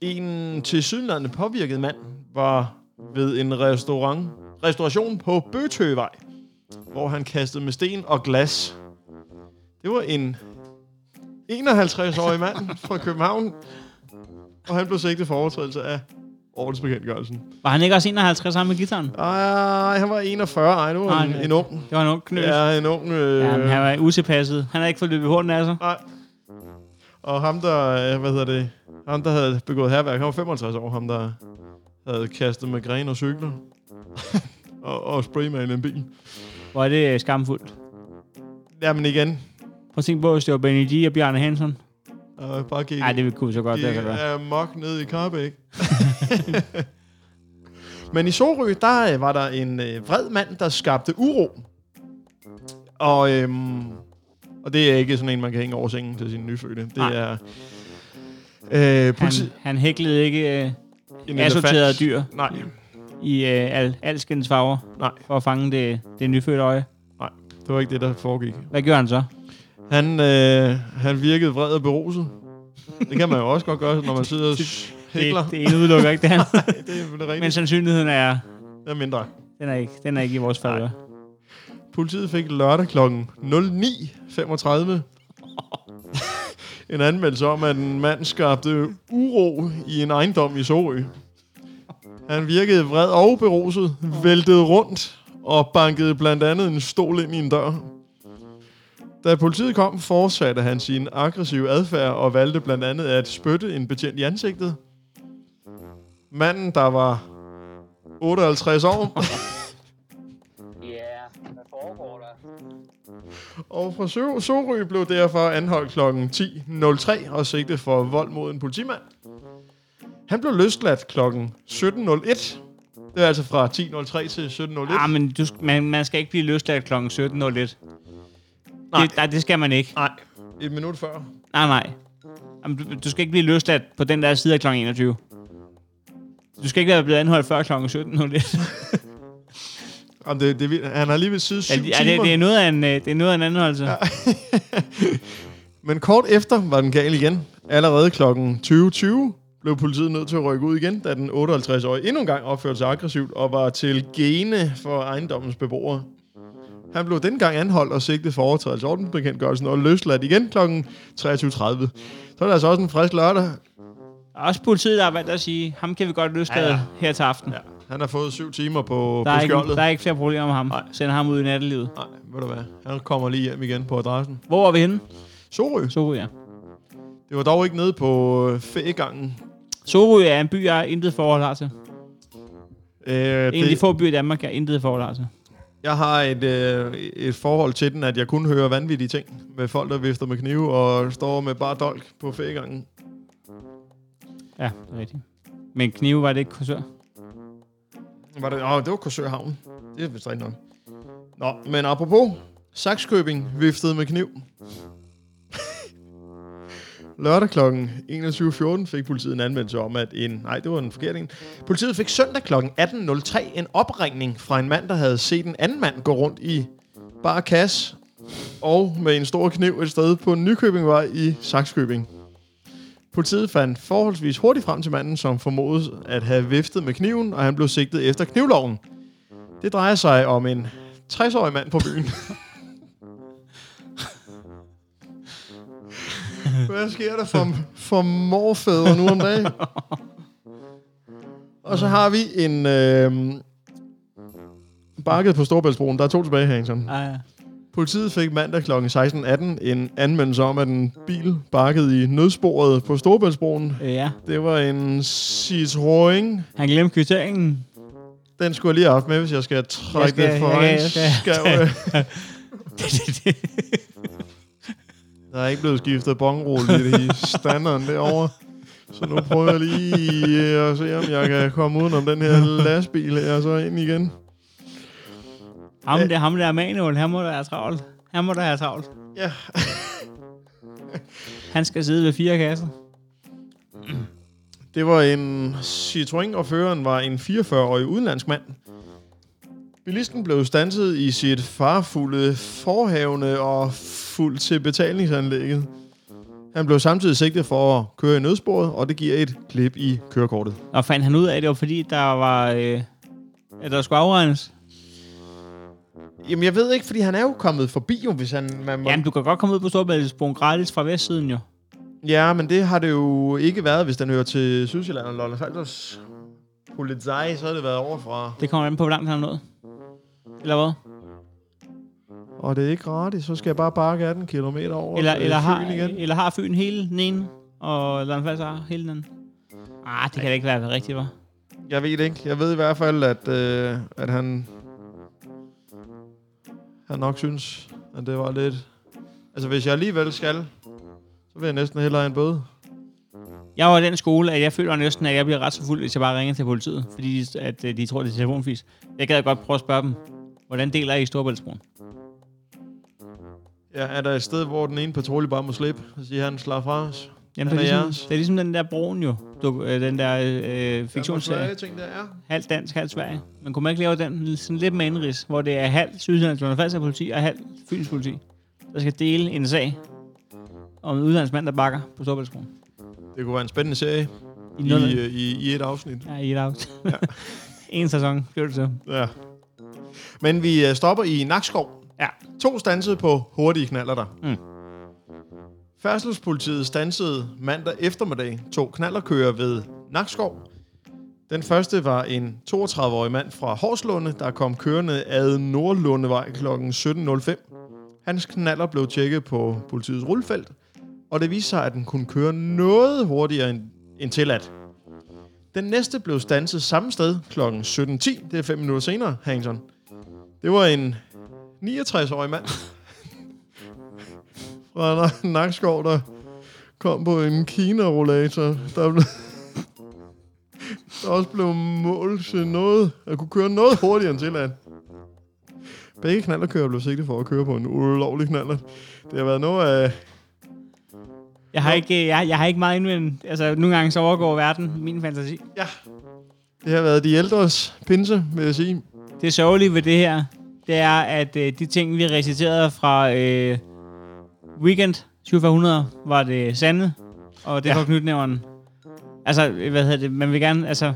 en tilsyneladende påvirket mand var ved en restaurant, restauration på Bøtøvej, hvor han kastede med sten og glas. Det var en 51-årig mand fra København, og han blev sigtet for overtrædelse af ordensbekendtgørelsen. Var han ikke også 51 sammen med gitaren? Ej, han var 41. Ej, nu er han Nej, en ung. Det var en ung knøs. Ja. Ja, en ung. Øh, Jamen, han var usepasset. Han har ikke fået løbet hunden af sig. Nej. Og ham, der, øh, hvad hedder det, ham, der havde begået herværk, han var 55 år, ham, der havde kastet med gren og cykler. og, og spraymanet en bil. Hvor er det øh, skamfuldt. Jamen igen, Prøv at tænke på, hvis det var Benny G og Bjarne Hansen. og bare gik, Nej, det kunne vi så godt, det gik kan være. uh, mok ned i Karbæk. Men i Sorø, der øh, var der en øh, vred mand, der skabte uro. Og, øhm, og det er ikke sådan en, man kan hænge over sengen til sin nyfødte. Det Nej. er... Øh, Han, politi- han hæklede ikke øh, en assorterede elefant. dyr Nej, i øh, al, alskens farver Nej. for at fange det, det nyfødte øje. det var ikke det, der foregik. Hvad gjorde han så? Han, øh, han virkede vred og beruset. Det kan man jo også godt gøre, når man sidder og hækler. Det, det ene udelukker ikke det andet. Det, det, det, det, Men sandsynligheden er, er mindre. den er ikke, den er ikke i vores favør. Politiet fik lørdag kl. 09.35 en anmeldelse om, at en mand skabte uro i en ejendom i Sorø. Han virkede vred og beruset, væltede rundt og bankede blandt andet en stol ind i en dør. Da politiet kom, fortsatte han sin aggressive adfærd og valgte blandt andet at spytte en betjent i ansigtet. Manden, der var 58 år, Ja, hvad foregår der? Og fra Sor- Sorø blev derfor anholdt kl. 10.03 og sigtet for vold mod en politimand. Han blev løsladt kl. 17.01. Det er altså fra 10.03 til 17.01. Ah, men du, sk- man, man skal ikke blive løsladt kl. 17.01. Det, Nej. nej, det skal man ikke. Nej, et minut før. Nej, nej. Jamen, du, du skal ikke blive løsladt på den der side af kl. 21. Du skal ikke være blevet anholdt før kl. 17.01. er, Jamen, det, det, er vildt. han har lige ved side 7 det, er, timer. det, det, er noget af en, øh, det er noget af en anholdelse. Ja. Men kort efter var den gal igen. Allerede kl. 20.20 blev politiet nødt til at rykke ud igen, da den 58-årige endnu en gang opførte sig aggressivt og var til gene for ejendommens beboere. Han blev dengang anholdt og sigtet for overtrædelse af ordensbekendtgørelsen og løsladt igen kl. 23.30. Så er der altså også en frisk lørdag. Også politiet der har valgt at sige, ham kan vi godt løslade ja, Ja, ja. ja. her til aften. Ja, Han har fået syv timer på, der, er på ikke, skjoldet. der er ikke flere problemer med ham. Nej. Nej. Send ham ud i nattelivet. Nej, ved du hvad. Han kommer lige hjem igen på adressen. Hvor var vi henne? Sorø. Sorø, ja. Det var dog ikke nede på øh, fægangen. Sorø er en by, jeg intet forhold har til. Øh, En af de få byer i Danmark, jeg intet forhold har til. Jeg har et, øh, et forhold til den, at jeg kun hører vanvittige ting med folk, der vifter med knive og står med bare dolk på fægangen. Ja, det er rigtigt. Men knive var det ikke kursør? Var det, åh, det var Korsørhavn. Det er vist rigtigt nok. Nå, men apropos, Saxkøbing viftede med kniv. Lørdag kl. 21.14 fik politiet en anmeldelse om, at en... Nej, det var en forkert en. Politiet fik søndag kl. 18.03 en opringning fra en mand, der havde set en anden mand gå rundt i bare kasse og med en stor kniv et sted på Nykøbingvej i Saxkøbing. Politiet fandt forholdsvis hurtigt frem til manden, som formodes at have viftet med kniven, og han blev sigtet efter knivloven. Det drejer sig om en 60-årig mand på byen. Hvad sker der for, for morfædre nu om dagen? Og så har vi en... Øh, bakket på Storbæltsbroen. Der er to tilbage, Hansen. Ah, ja. Politiet fik mandag kl. 16.18 en anmeldelse om, at en bil bakkede i nødsporet på Storebæltsbroen. Øh, ja. Det var en Citroën. Han glemte kvitteringen. Den skulle jeg lige have haft med, hvis jeg skal trække Jeg skal- det for jeg- en jeg skal- skærve. Der er ikke blevet skiftet bongrolle i standarden derovre. Så nu prøver jeg lige øh, at se, om jeg kan komme udenom den her lastbil her, og så ind igen. ham, der, ham der Manuel, han må da have travlt. Han må da have travlt. Ja, Han skal sidde ved fire kasser. Det var en Citroën, og føreren var en 44-årig udenlandsk mand. Bilisten blev stanset i sit farfulde forhavne og fuld til betalingsanlægget. Han blev samtidig sigtet for at køre i nødsporet, og det giver et klip i kørekortet. Og fandt han ud af, at det var fordi, der var... Øh, at der skulle afregnes. Jamen, jeg ved ikke, fordi han er jo kommet forbi, jo, hvis han... Man må... Jamen, du kan godt komme ud på Storbæltsbroen gratis fra vestsiden jo. Ja, men det har det jo ikke været, hvis den hører til Sydsjælland og Lolland Falsters polizei, så har det været overfra. Det kommer an på, hvor langt han er nået. Eller hvad? Og det er ikke gratis, så skal jeg bare bakke 18 km over Eller, øh, eller, har, Fyn igen. eller har Fyn hele den ene, og Landfalds har hele den anden? Ah, det kan da ikke være rigtigt, var. Jeg ved det ikke. Jeg ved i hvert fald, at, øh, at han... Han nok synes, at det var lidt... Altså, hvis jeg alligevel skal, så vil jeg næsten hellere have en bøde. Jeg var i den skole, at jeg føler næsten, at jeg bliver ret så fuld, hvis jeg bare ringer til politiet, fordi de, at, øh, de tror, det er telefonfis. Jeg gad godt prøve at spørge dem, hvordan deler I i Storbæltsbroen? Ja, er der et sted, hvor den ene patrulje bare må slippe? Så siger han, slag fra os. Jamen, Den det, er er ligesom, jeres. det er ligesom den der broen jo, du, øh, den der øh, Der fiktionsserie. ting, der er. Halvt dansk, halvt Sverige. Men kunne man ikke lave den sådan lidt med indrigs, hvor det er halvt Sydsjællands Landfalds politi og halvt Fyns politi, der skal dele en sag om en udlandsmand, der bakker på Storbæltsbroen? Det kunne være en spændende serie I, i, nullerne. øh, i, i et afsnit. Ja, i et out. en sæson, gør det så. Ja. Men vi øh, stopper i Nakskov. Ja. To stansede på hurtige knaller der. Mm. Færdselspolitiet stansede mandag eftermiddag to knallerkører ved Nakskov. Den første var en 32-årig mand fra Horslunde, der kom kørende ad Nordlundevej kl. 17.05. Hans knaller blev tjekket på politiets rullefelt, og det viste sig, at den kunne køre noget hurtigere end, end tilladt. Den næste blev stanset samme sted kl. 17.10. Det er fem minutter senere, Hanson. Det var en 69-årig mand fra Nakskov, der kom på en Kina-rollator, der blev, Der er også blevet mål til noget. Jeg kunne køre noget hurtigere end tilladt. Begge knallerkører blev sigtet for at køre på en ulovlig knaller. Det har været noget af... Jeg har, ikke, jeg, jeg har ikke meget indvendt. Altså, nogle gange så overgår verden min fantasi. Ja. Det har været de ældres pinse, vil jeg sige. Det sørgelige ved det her, det er, at øh, de ting, vi reciterede fra øh, Weekend 7400, var det sande, og det Ja. var knytnæveren. Altså, øh, hvad hedder det? Man vil gerne, altså,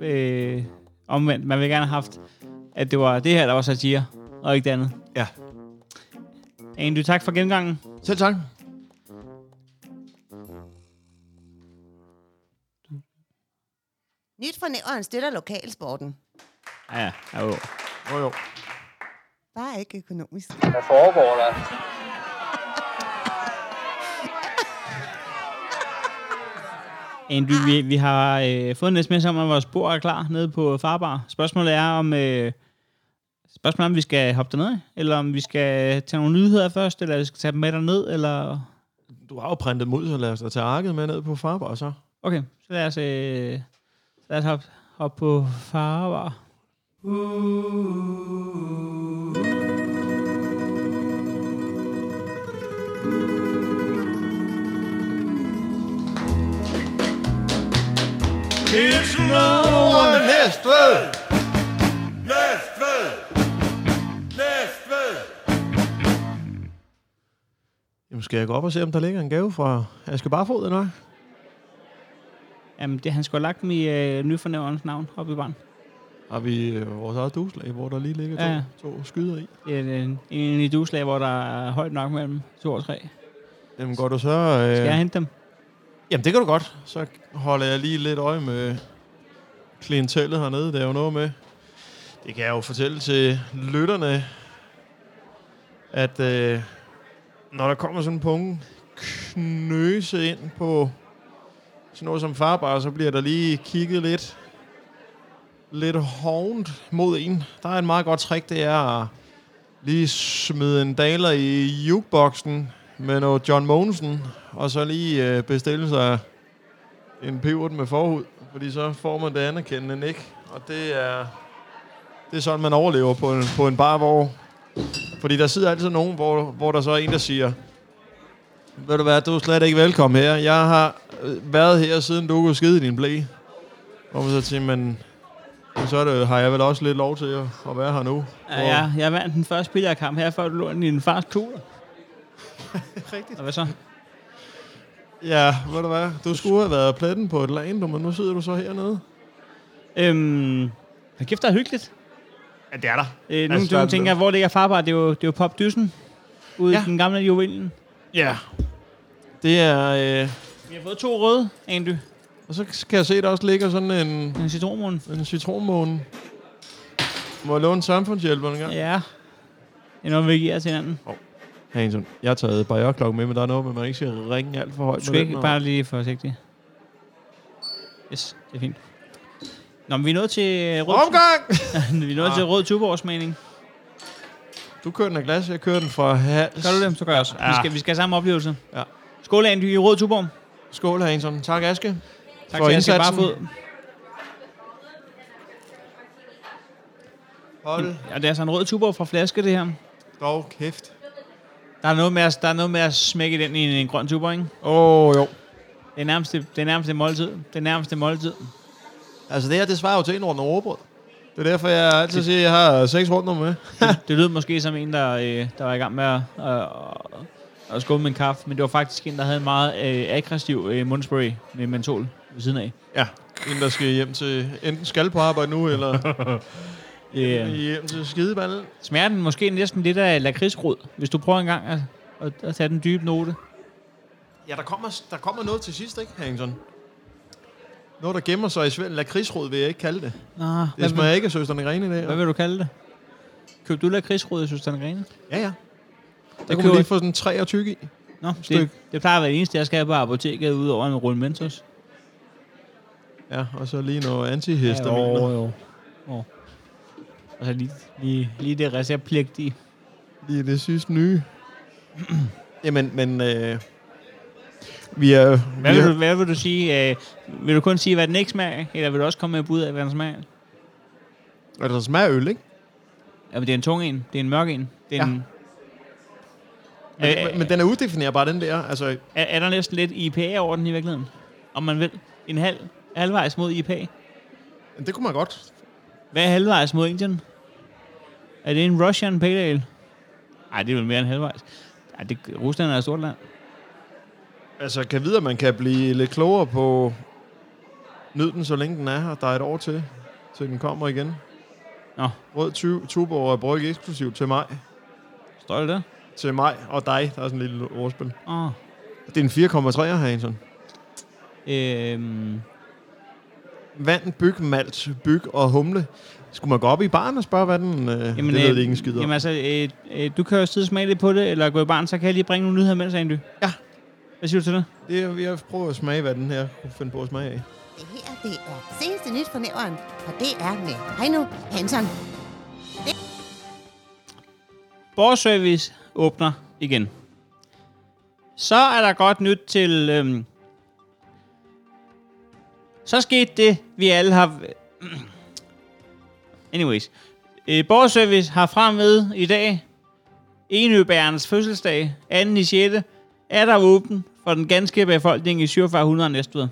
øh, omvendt, man vil gerne have haft, at det var det her, der var satire, og ikke det andet. Ja. Andy, tak for gennemgangen. Selv tak. Nyt fra Nævren støtter lokalsporten. Ja, ja, jo. Jo, jo. Bare ikke økonomisk. Hvad foregår der? Andy, vi, vi har øh, fået en sms om, at vores bord er klar nede på Farbar. Spørgsmålet er, om, øh, spørgsmålet er, om vi skal hoppe derned, eller om vi skal tage nogle nyheder først, eller vi skal tage dem med derned, eller... Du har jo printet mod, så lad os da tage arket med ned på Farbar, så. Okay, så lad os, øh, så lad os hoppe, hoppe på Farbar. It's no Næstved! Næstved! Næstved! Jamen, skal jeg gå op og se, om der ligger en gave fra Aske Barfod, eller hvad? Jamen, det, han skulle have lagt dem i øh, nyfornæverens navn oppe i barn. Har vi øh, vores eget duslag, hvor der lige ligger to, Ja, ja. to skyder i? Det er en, en i duslag, hvor der er højt nok mellem to og tre. Jamen, går du så... Skal jeg Øh... hente dem? Jamen, det kan du godt. Så holder jeg lige lidt øje med klientellet hernede. Der er jo noget med... Det kan jeg jo fortælle til lytterne, at øh, når der kommer sådan en punkt knøse ind på sådan noget som farbar, så bliver der lige kigget lidt, lidt hovent mod en. Der er en meget godt trick, det er at lige smide en daler i jukeboxen med noget John Mogensen, og så lige øh, bestille sig en pivot med forhud, fordi så får man det anerkendende nik, og det er, det er sådan, man overlever på en, på en bar, hvor... Fordi der sidder altid nogen, hvor, hvor der så er en, der siger, ved du hvad, du er slet ikke velkommen her. Jeg har øh, været her, siden du kunne skide i din blæ. Og man så siger, men men så er det, har jeg vel også lidt lov til at, at være her nu. Ja, jeg, jeg vandt den første billardkamp her, før du lå i din fars kugler. Rigtigt. Og hvad så? Ja, ved du hvad, du skulle have været pletten på et land, men nu sidder du så hernede. Øhm, hvad kæft, der er hyggeligt. Ja, det er der. Øh, nu Altså, altså, der- tænker jeg, hvor ligger farbar? Det er jo, det er jo Pop Dyssen ude ja. Ja. i den gamle juvelen. Ja. Det er... Øh, Vi har fået to røde, Andy. og så kan jeg se, der også ligger sådan en, En citronmåne. en citronmåne. Må jeg låne samfundshjælper en gang? Ja. Ja. Det er noget, vi giver til hinanden. Hansen, jeg har taget barriereklokken med, men der er noget med, at man ikke skal ringe alt for højt. Du med skal den, ikke og- bare lige forsigtig. Yes, det er fint. Nå, men vi er nået til øh, rød, Omgang! vi er nået til rød tuborgsmening. Du kører den af glas, jeg kører den fra hals. Gør du det, så gør jeg også. Vi, Ja. skal, vi skal have samme oplevelse. Ja. Skål, Andy, i rød tuborg. Skål, Hansen. Tak, Aske. Tak For til Aske indsatsen. Barfod. Hold Ja, det er altså en rød tuborg fra flaske, det her. dog kæft. Der er noget med at, der er noget med at smække den i en, en grøn tuber, ikke? Åh, oh, jo. Det er nærmest det, det er nærmest det måltid. Det er nærmest det måltid. Altså, det her, det svarer jo til en rundt overbrød. Det er derfor, jeg altid siger, at jeg har seks runder med. Det lød måske som en, der, øh, der var i gang med at, øh, at skubbe med en kaffe, men det var faktisk en, der havde en meget øh, aggressiv øh, mundspray med mentol ved siden af. Ja. En, der skal hjem til... Enten skal på arbejde nu, eller... Øh, Hjem til skideballen. smerten måske næsten lidt af lakridsgrod, hvis du prøver engang at, at, at tage den dybe note. Ja, der kommer, der kommer noget til sidst, ikke, Hangson? Noget, der gemmer sig i svæld. Lakridsrod vil jeg ikke kalde det. Nå, Det hvad, smager vil, ikke af søsterne Grene i dag. hvad vil du kalde det? Køb du lakridsgrod, jeg synes, den rene? Ja, ja. Der Jeg kunne man køber- lige få sådan 23 i. Nå, det, Styk. det plejer at være det eneste, jeg skal have på apoteket, udover en rulle Mentos. Ja, og så lige noget antihistaminer. jo, jo. jo. Og så lige, lige, lige det receptpligtige. Lige det sidste nye. Jamen, men øh, Vi er... Hvad vi vil, er- du, hvad vil du sige? Øh, vil du kun sige, hvad den ikke smager? Eller vil du også komme med et bud af, hvad den smager? Altså, der smager af øl, ikke? Jamen, det er en tung en. Det er en mørk en. Det er, Ja. en, Men, Øh, øh, men den er udefinerbar, den der. Altså, er, er der næsten lidt IPA over den i virkeligheden? Om man vil. En halv, halvvejs mod IPA. det kunne man godt. Hvad er halvvejs mod Indien? Er det en Russian Pale Ale? Nej, det er vel mere end halvvejs. Ej, det, Rusland er et stort land. Altså, kan vide, at man kan blive lidt klogere på nøden, så længe den er her. Der er et år til, til den kommer igen. Nå, Rød tu- Tuborg er brygget eksklusivt til mig. står det der? Til mig og dig. Der er sådan en lille ordspil. Åh. Det er en 4,3 her, Hansen. Øhm, Vand, byg, malt, byg og humle. Skulle man gå op i baren og spørge, hvad den... Øh, jamen, det ved de ikke en skid om. Jamen altså, øh, øh, du kan jo sidde og smage lidt på det, eller gå i barn, så kan jeg lige bringe nogle nyheder med, sagde du. Ja. Hvad siger du til det? Det er, jeg prøver at smage, hvad den her kunne finde på at smage af. Det her, det er seneste nyt fra nævren, og det er med Heino Hansen. Borgerservice åbner igen. Så er der godt nyt til... Øhm, så skete det, vi alle har... Anyways. Øh, Borgerservice har fremmed i dag Enøbærens fødselsdag, 2. i 6. er der åben for den ganske befolkning i 4700 Næstved.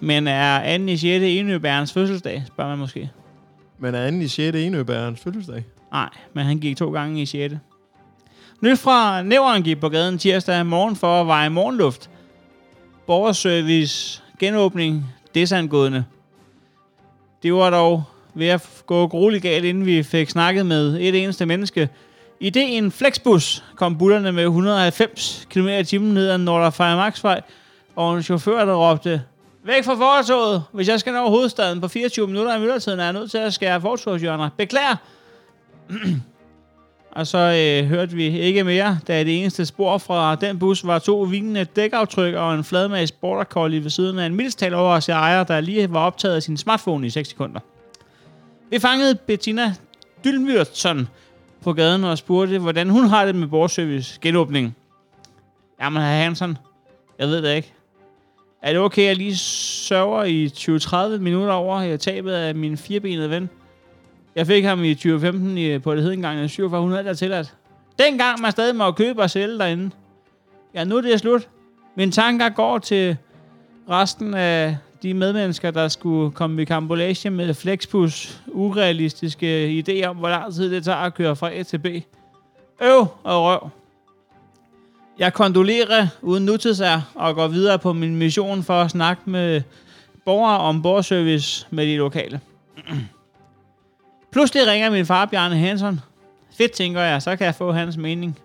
Men er 2. i 6. Enøbærens fødselsdag, spørger man måske. Men er anden i 6. enøbærens fødselsdag? Nej, men han gik to gange i 6. Nyt fra Nævren gik på gaden tirsdag morgen for at veje morgenluft. Borgerservice genåbning desangående. Det var dog ved at f- gå grueligt galt, inden vi fik snakket med et eneste menneske. I det en flexbus kom bullerne med 190 km i timen ned ad Nordre Fejrmarksvej, og en chauffør, der råbte, Væk fra fortoget! Hvis jeg skal nå hovedstaden på 24 minutter i myldretiden, er jeg nødt til at skære fortogshjørner. Beklager! Og så øh, hørte vi ikke mere, da det eneste spor fra den bus var to vinende dækaftryk og en fladmags border collie ved siden af en mildestal over os ejer, der lige var optaget af sin smartphone i 6 sekunder. Vi fangede Bettina Dylmyrtsson på gaden og spurgte, hvordan hun har det med borgerservice genåbning. Jamen, herr Hansen, jeg ved det ikke. Er det okay, at jeg lige sørger i 20-30 minutter over øh, tabet af min firebenede ven? Jeg fik ham i 2015 i, på det hedengang 4700, der er tilladt. Dengang man stadig må købe og sælge derinde. Ja, nu er det slut. Mine tanker går til resten af de medmennesker, der skulle komme i kambolage med flexbus, urealistiske idéer om, hvor lang tid det tager at køre fra A til B. Øv og røv. Jeg kondolerer uden nutidsær og går videre på min mission for at snakke med borgere om borgerservice med de lokale. Pludselig ringer min far, Bjarne Hansen. Fedt, tænker jeg, så kan jeg få hans mening.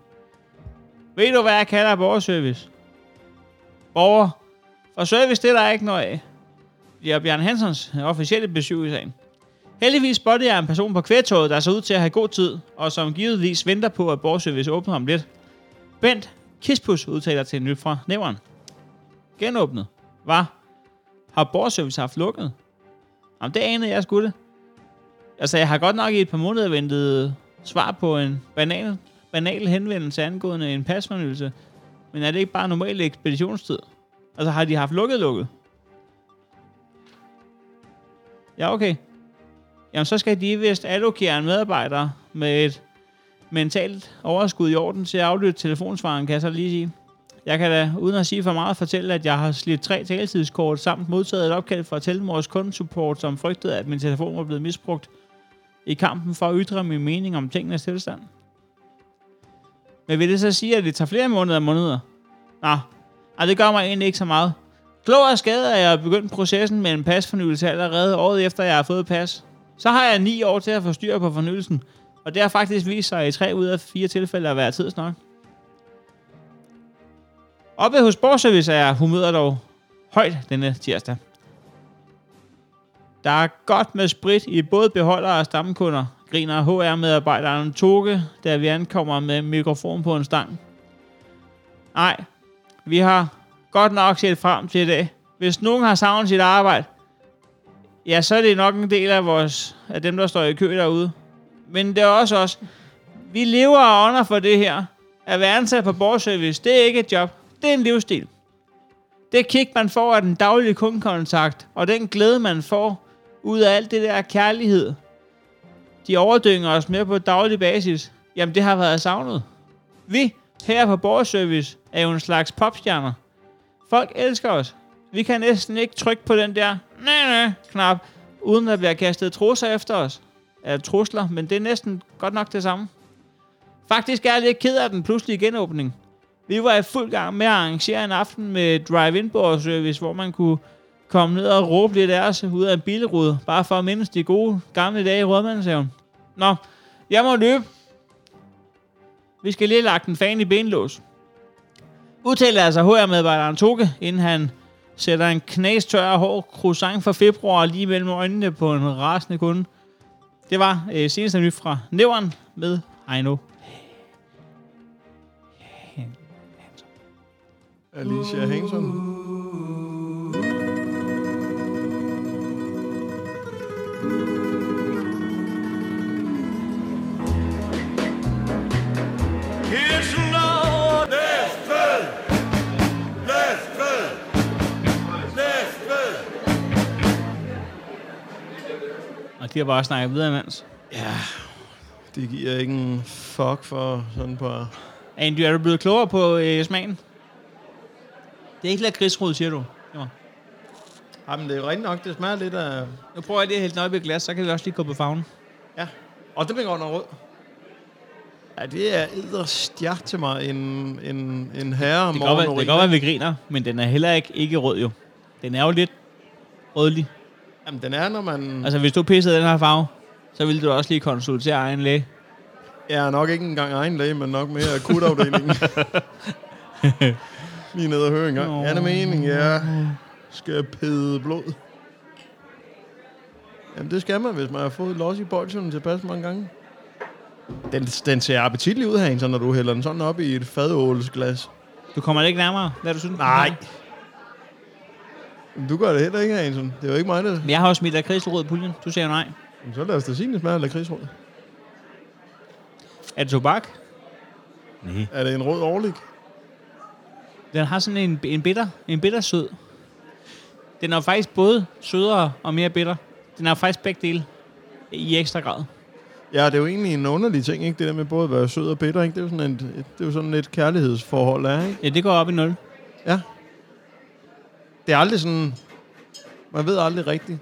Ved du, hvad jeg kalder borgerservice? Borger. For service, det er der ikke noget af. Det er Bjarne Hansens officielle besøg i sagen. Heldigvis spottede jeg en person på kvægtoget, der så ud til at have god tid, og som givetvis venter på, at borgerservice åbner om lidt. Bent Kispus udtaler til nyt fra nævren. Genåbnet. Var. Har borgerservice haft lukket? Jamen, det anede jeg skulle. Altså, jeg har godt nok i et par måneder ventet svar på en banal, banal henvendelse angående en pasfornyelse. Men er det ikke bare normal ekspeditionstid? Altså, har de haft lukket lukket? Ja, okay. Jamen, så skal de vist allokere en medarbejder med et mentalt overskud i orden til at aflytte telefonsvaren, kan jeg så lige sige. Jeg kan da, uden at sige for meget, fortælle, at jeg har slidt tre taletidskort samt modtaget et opkald fra Telmors kundesupport, som frygtede, at min telefon var blevet misbrugt i kampen for at ytre min mening om tingenes tilstand. Men vil det så sige, at det tager flere måneder og måneder? Nå, ej, det gør mig egentlig ikke så meget. Klog og skade er jeg begyndt processen med en pasfornyelse allerede året efter, jeg har fået pas. Så har jeg ni år til at få styr på fornyelsen, og det har faktisk vist sig i tre ud af fire tilfælde at være tids nok. Oppe hos Borgservice er humøret dog højt denne tirsdag. Der er godt med sprit i både beholdere og stamkunder, griner HR-medarbejderen Toge, da vi ankommer med mikrofon på en stang. Nej, vi har godt nok set frem til i dag. Hvis nogen har savnet sit arbejde, ja, så er det nok en del af, vores, af dem, der står i kø derude. Men det er også os. Vi lever og ånder for det her. At være ansat på borgerservice, det er ikke et job. Det er en livsstil. Det kick, man får af den daglige kundekontakt, og den glæde, man får ud af alt det der kærlighed, de overdynger os med på daglig basis, jamen det har været savnet. Vi her på Borgerservice er jo en slags popstjerner. Folk elsker os. Vi kan næsten ikke trykke på den der nej, nej, knap, uden at blive kastet trusler efter os. Eller trusler, men det er næsten godt nok det samme. Faktisk er jeg lidt ked af den pludselige genåbning. Vi var i fuld gang med at arrangere en aften med drive-in service, hvor man kunne komme ned og råbe lidt af os ud af en bilrude, bare for at mindes de gode gamle dage i Rødmandshaven. Nå, jeg må løbe. Vi skal lige have lagt en fan i benlås. Udtaler altså HR-medarbejderen Toke, inden han sætter en knastør hård croissant fra februar lige mellem øjnene på en rasende kunde. Det var øh, seneste nyt fra Nævren med Heino. Alicia Hengson. Kirsten over Næstved. Næstved. Næstved. Og de har bare snakket videre imens. Det giver ikke en fuck for sådan på... Andy, er du blevet klogere på øh, smagen? Det er ikke lidt krigsrod, siger du. Jamen. Jamen, det er jo rigtig nok, det smager lidt af... Nu prøver jeg lige at hælde den op i et glas, så kan vi også lige gå på farven. Ja. Og det bliver godt nok rød. Ja, det er ældre stjert til mig en, en, en herre Det kan godt være, det kan godt være, vi griner, men den er heller ikke, ikke rød jo. Den er jo lidt rødlig. Jamen, den er, når man... Altså, hvis du pissede den her farve, så ville du også lige konsultere egen læge. Altså- Jeg er nok ikke engang egen læge, men nok mere akutafdelingen. Lige nede og høre en gang. Nå. Ja, det er meningen, ja. Skal jeg pede blod? Jamen, det skal man, hvis man har fået los i bolsjen tilpas mange gange. Den, den ser appetitlig ud her, når du hælder den sådan op i et fadålsglas. Du kommer ikke nærmere, hvad du synes. Nej. Men Du gør det heller ikke, Hansen. Det er jo ikke mig, der... Men jeg har også smidt lakridsrød i puljen. Du siger jo nej. Jamen, Så lad os da sige, det smager af lakridsrød. Er det tobak? Er det en rød overlig? Den har sådan en, en bitter, en bitter sød. Den er jo faktisk både sødere og mere bitter. Den har faktisk begge dele i ekstra grad. Ja, det er jo egentlig en underlig ting, ikke? Det der med både at være sød og bitter, ikke? Det er jo sådan, en, det er jo sådan et kærlighedsforhold, er, ikke? Ja, det går op i nul. Ja. Det er aldrig sådan... Man ved aldrig rigtigt.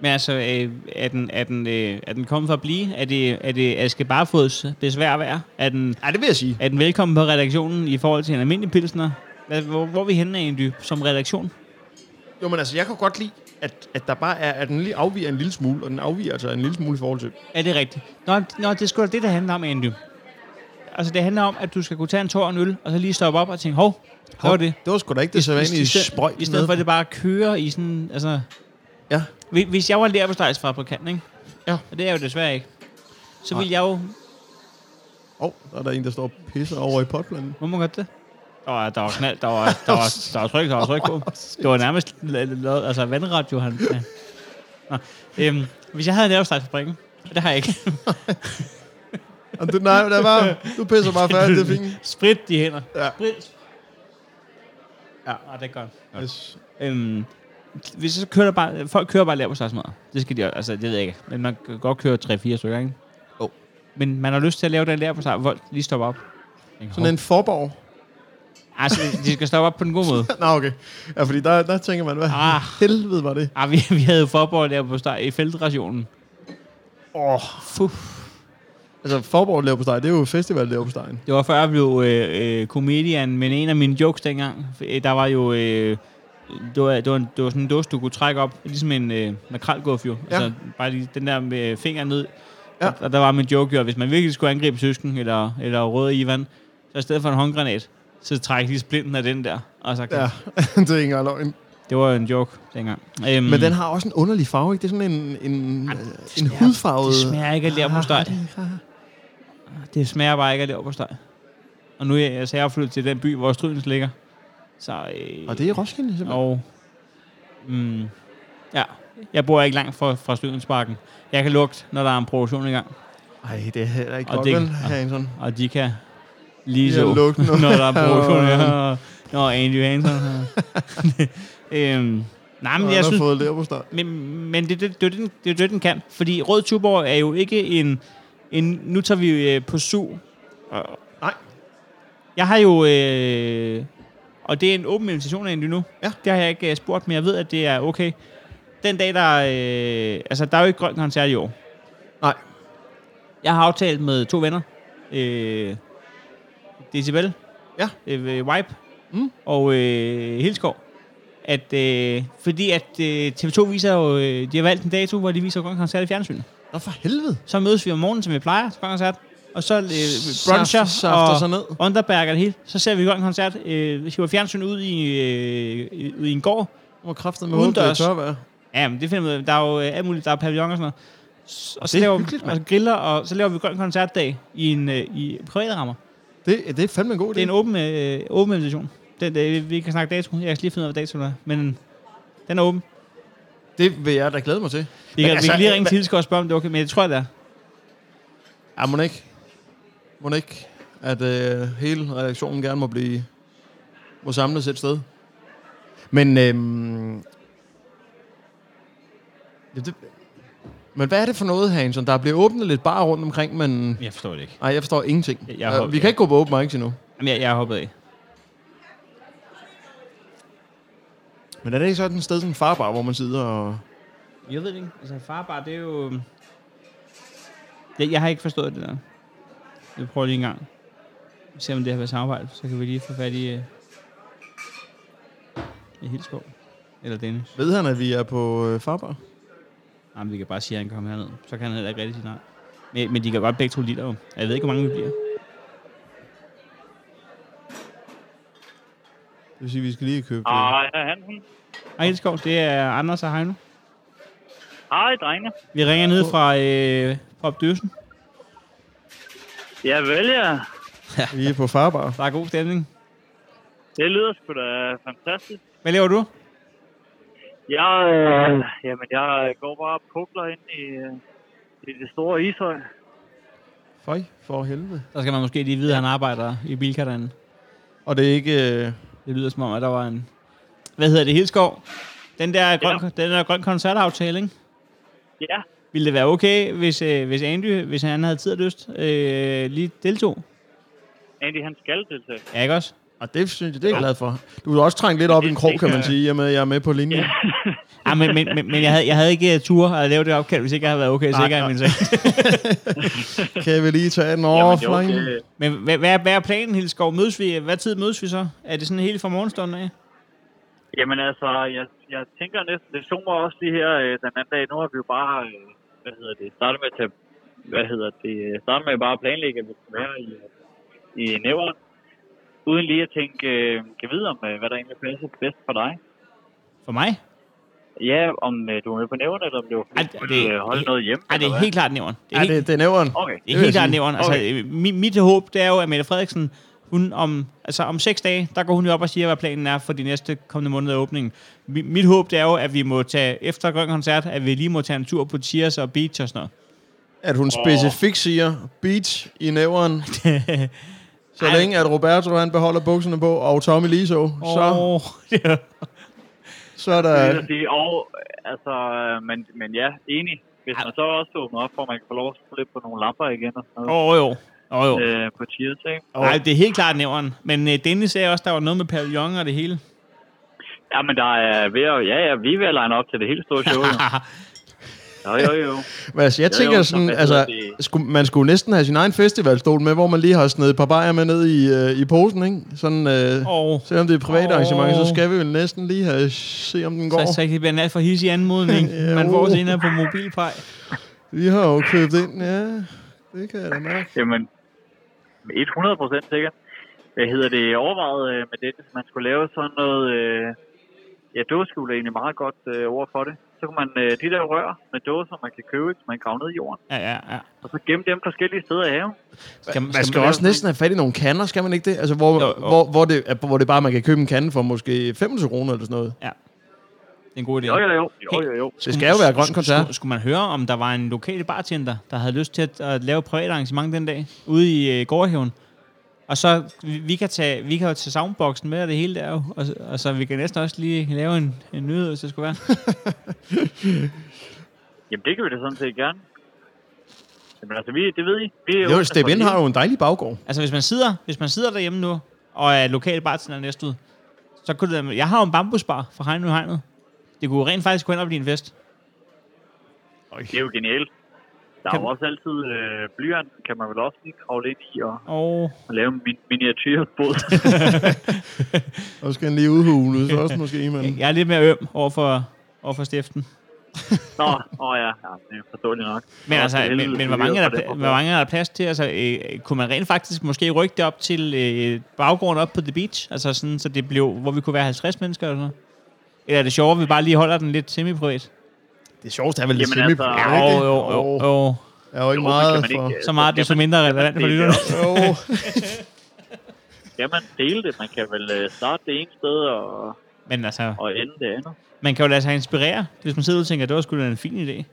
Men altså, øh, er, den, er, den, øh, er den kommet for at blive? Er det, er det Aske Barfods besvær værd? Er den, Ja, det vil jeg sige. er den velkommen på redaktionen i forhold til en almindelig pilsner? Hvad, hvor, hvor er vi henne egentlig som redaktion? Jo, men altså, jeg kan godt lide, at, at der bare er, at den lige afviger en lille smule, og den afviger altså en lille smule i forhold til... Er det rigtigt? Nå, nå det er sgu da det, der handler om, Andy. Altså, det handler om, at du skal kunne tage en tår og en øl, og så lige stoppe op og tænke, hov, hov var det. Det var sgu da ikke det sædvanlige sprøjt. I stedet for, at det bare kører i sådan, altså... Ja. Hvi- Hvis jeg var lærbestejlsfabrikant, ikke? Ja. Og det er jeg jo desværre ikke. Så ville jeg jo... Åh, oh, der er der en, der står og pisser over i potplanen. Må man godt det? Der var, der var knald, der var, der var, der var tryk, der var tryk på. Det var nærmest la- la- la- altså vandret, jo han. Ja. Nå, øhm, hvis jeg havde en lærbestejlsfabrikken, det har jeg ikke. Og du, nej, der var, du pisser bare færdigt, det er fint. Sprit de hænder. Ja. Sprit. Ja, ah, det er godt. Yes. Øhm, hvis så kører der bare, folk kører bare lav på slagsmål. Det skal de også- altså det ved jeg ikke. Men man kan godt køre 3-4 stykker, ikke? Jo. Men man har lyst til at lave den der på sig, hvor lige stopper op. Sådan en forborg. Altså, de skal stoppe op på den gode måde. Nå, okay. Ja, fordi der, der tænker man, hvad Ah. ah. helvede var det? Ah, vi, vi havde jo forborg der på start, i feltrationen. Åh. Oh. Fuh. Altså, forborg lever på steg, det er jo festival lever på stegen. Det var før jeg blev øh, øh, comedian, men en af mine jokes dengang, øh, der var jo... Øh, det var, det, var en, det var sådan en dåse, du kunne trække op, ligesom en øh, makrelguff jo. Ja. Altså, bare lige den der med fingeren ned. Ja. Ja. Og, og der var min joke jo, at hvis man virkelig skulle angribe søsken eller, eller røde Ivan, så i stedet for en håndgranat, så træk lige splinten af den der. Og så, Ja, ja. det er ikke engang løgn. Det var jo en joke dengang. Øhm, Men den har også en underlig farve, ikke? Det er sådan en, en, Jamen, en smager- hudfarvet... Det smager ikke af lærpostej. Ah, ah. Det smager bare ikke af lærpostej. Og nu er jeg, altså, jeg er flyttet til den by, hvor Strydens ligger. Så, øh, Og det er Roskilde, simpelthen. Og, mm, ja, jeg bor ikke langt fra, fra Stødensparken. Jeg kan lugte, når der er en produktion i gang, Ej, det er heller ikke Og godt, det- vel, Hansen? og de kan Lige Jeg så. lugter noget. Når der er produktion her. Når Andy Hansen her. øhm, nej, men Jeg jeg har synes... fået det på start. Men, men det, det, det, det, det er det, den kan. Fordi Rød Tuborg er jo ikke en... en nu tager vi øh, på su. Nej. Jeg har jo... Øh, og det er en åben invitation egentlig nu. Ja. Det har jeg ikke øh, spurgt, men jeg ved, at det er okay. Den dag, der... Øh, altså, der er jo ikke grøn koncert i år. Nej. Jeg har aftalt med to venner. Øh, Decibel. Ja. Øh, Wipe. Mm. Og øh, Hilskov. At, øh, fordi at øh, TV2 viser jo, øh, de har valgt en dato, hvor de viser grøn koncert i fjernsynet. Nå for helvede. Så mødes vi om morgenen, som vi plejer, til grøn koncert. Og så øh, bruncher Safter- safter og sig ned. underberg og det hele. Så ser vi grøn koncert. Øh, hiver fjernsynet ud i, øh, i- ud i en gård. Du må kræftet med Uden hovedet, det er dørs. tørvejr. Ja, men det finder vi ud af. Der er jo øh, alt muligt. Der er pavillon og sådan noget. S- Og så Det er laver hyggeligt, vi mand. og griller, og så laver vi grøn koncertdag i, en, øh, i private rammer. Det, det er fandme en god idé. Det er en åben, øh, åben invitation. Den, øh, vi kan snakke dato. Jeg kan lige finde ud af, hvad dato der er. Men den er åben. Det vil jeg da glæde mig til. Vi kan, altså, altså, vi kan lige ringe hvad- til Hilskov og spørge, om det er okay. Men jeg tror, det er. Ja, må ikke. Må ikke, at øh, hele redaktionen gerne må blive må samles et sted. Men øhm, ja, det, men hvad er det for noget, Hansen? Der bliver åbnet lidt bare rundt omkring, men Jeg forstår det ikke. nej, jeg forstår ingenting. Jeg- jeg Øh, håber- vi kan ikke gå på open mics endnu. Jamen, jeg, jeg har hoppet af. Men er det ikke sådan et sted som farbar, hvor man sidder og... Jeg ved det ikke. Altså, farbar, det er jo... Jeg, jeg har ikke forstået det der. Jeg prøver lige en gang. Se om det har været samarbejde. Så kan vi lige få fat i... Øh, I Hilskov. Eller Dennis. Ved han, at vi er på øh, farbar? Nej, men vi kan bare sige, at han kan komme herned. Så kan han heller ikke rigtig sige nej. Men, men de kan godt begge to lide dig jo. Jeg ved ikke, hvor mange vi bliver. Det vil sige, at vi skal lige købe... Hej, her er Hansen. Hej Hilskov, det er Anders og Heino. Hej, drenge. Vi ringer ned fra øh, Pop Døsen. Jeg vælger. Øh, vi er på farbar. Der er god stemning. Det lyder sgu da fantastisk. Hvad laver du? Jeg, øh, jamen, jeg går bare og pukler ind i, øh, i det store ishøj. Føj, for helvede. Der skal man måske lige vide, at han arbejder i Bilkaderen. Og det er ikke... Øh, Det lyder som om, at der var en... Hvad hedder det? Hilskov? Den der grøn, ja. Ja. den der grøn koncertaftale, ikke? Ja, Ville det være okay, hvis, øh, hvis Andy, hvis han havde tid og lyst, øh, lige deltog? Andy han skal deltage. Ja, ikke også? Og det synes jeg, det er jeg glad for. Du er også trængt lidt op i en krog, kan man sige, i og med, at jeg er med på linjen. Ja, Ah, men, men, men, men jeg, havde, jeg havde ikke øh, tur at lave det opkald, hvis ikke jeg havde været okay sikker i min sag. Kan vi lige tage den Jamen, øh, over, jo, Flemming? det, Men hvad, hvad, er- hvad er planen, Hilskov? Mødes vi? Hvad tid mødes vi så? Er det sådan hele fra morgenstunden af? jamen altså, jeg, jeg tænker næsten, det zoomer også lige her øh, den anden dag. Nu har vi jo bare, øh, hvad hedder det, startet med at tage, hvad hedder det, øh, startet med bare at planlægge, at vi skal være i, øh, i nævren. Uden lige at tænke, øh, kan vide om, øh, hvad der egentlig passer bedst for dig. For mig? Ja, om øh, du var med på nævren, eller om det var Ej, fordi, du det- ville, øh, holde noget hjemme. Ej, det eller er hvad? helt klart nævren. Det er Ja, helt, det, det er nævren. Okay. Det Det er vil helt jeg klart sige. nævren. Altså, Okay. okay. mit, mit håb, det er jo, at Mette Frederiksen, hun om, altså om seks dage, der går hun jo op og siger, hvad planen er for de næste kommende måneder af åbningen. Mit, mit håb, det er jo, at vi må tage efter Grøn Koncert, at vi lige må tage en tur på Tiers og Beach og sådan noget. At hun specifikt siger beach i nævren. Så Ej. længe at Roberto han beholder bukserne på, og Tommy lige så, så, Åh, ja. så er Jeg vil der... så sige, og, øh, altså, øh, men, men ja, enig. Hvis man så også åbner op, for at man kan få lov at spille på nogle lamper igen og sådan noget. Åh, jo. Åh, jo. Øh, på Cheers, ikke? Nej, det er helt klart nævren. Men øh, Dennis sagde også, der var noget med pavillon og det hele. Ja, men der er ved at, ja, ja, vi er ved at line op til det hele store show. jo. jo, jo, jo. Men altså, jeg Jo, tænker jo, sådan, så hvad altså, hedder det? skulle, man skulle næsten have sin egen festivalstol med, hvor man lige har snedet et par bajer med ned i, øh, i posen, ikke? Sådan, øh, Åh. selvom det er et privat Åh. arrangement, så skal vi jo næsten lige have se, om den går. uh. Så, så det bliver en alt for hissig anmodning, man får Jo. senere på mobilpej. Vi har jo købt ind, ja. Det kan jeg da mærke. Jamen, 100 procent sikkert. Hvad hedder det overvejet øh, med det, hvis man skulle lave sådan noget... Øh, ja, dåseskjul er egentlig meget godt øh, ord for det. Så kunne man, øh, de der rør med dåser, man kan købe, som man graver ned i jorden, Ja, ja, ja. og så gemme dem forskellige steder i haven. Skal, Man skal også næsten have fat i nogle kander, skal man ikke det? Altså, hvor, Jo, jo. Hvor, hvor, det, er- hvor det bare, man kan købe en kande for måske 25 kroner eller sådan noget. Det er en god idé. Jo, jo, jo. jo, jo, jo. Det skal jo være grøn Skulle- koncert. Skulle, skulle man høre, om der var en lokal bartender, der havde lyst til at, at lave et privat arrangement den dag ude i øh, gårdhaven? Og så, vi, vi kan, tage, vi kan jo tage soundboxen med og det hele der jo. Og, og så vi kan næsten også lige lave en, en nyhed, hvis det skulle være. Jamen, det kan vi da sådan set gerne. Jamen, altså, vi, det ved I. Vi er Jo, åbne Step for In det. har jo en dejlig baggård. Altså, hvis man sidder, hvis man sidder derhjemme nu, og er lokal bartender næste ud, så kunne det, være- jeg har jo en bambusbar fra Hegnet i Hegnet. Det kunne jo rent faktisk gå hen og blive en fest. Det er jo genialt. Der er Kan- jo også altid øh, blyant, kan man vel også lige kravle ind i og, Og og lave en min, miniatyrbåd. Og skal den lige udhule, så også måske, men... jeg er lidt mere øm over for, over for stiften. Nå, åh ja, ja, det er forståeligt nok. Men, Og altså, til men, helvede men hvor, fyret mange er på der, den pla- måde. hvor mange er der plads til? Altså, øh, kunne man rent faktisk måske rykke det op til øh, baggrunden op på The Beach? Altså sådan, så det blev, hvor vi kunne være 50 mennesker eller sådan noget? Eller er det sjovere, at vi bare lige holder den lidt semi-privat? Det sjoveste er vel det Jamen semi altså, Jo, Er jo, jo, jo. Jeg er jo ikke Jo, men kan meget man for... ikke, øh, Så meget, det er skal så mindre relevant for man- lytterne. Jo, Skal man dele det? Man kan vel øh, starte det ene sted og, Men altså, og ende det andet. man kan jo lade sig inspirere, hvis man sidder og tænker, at det var sgu da en fin idé.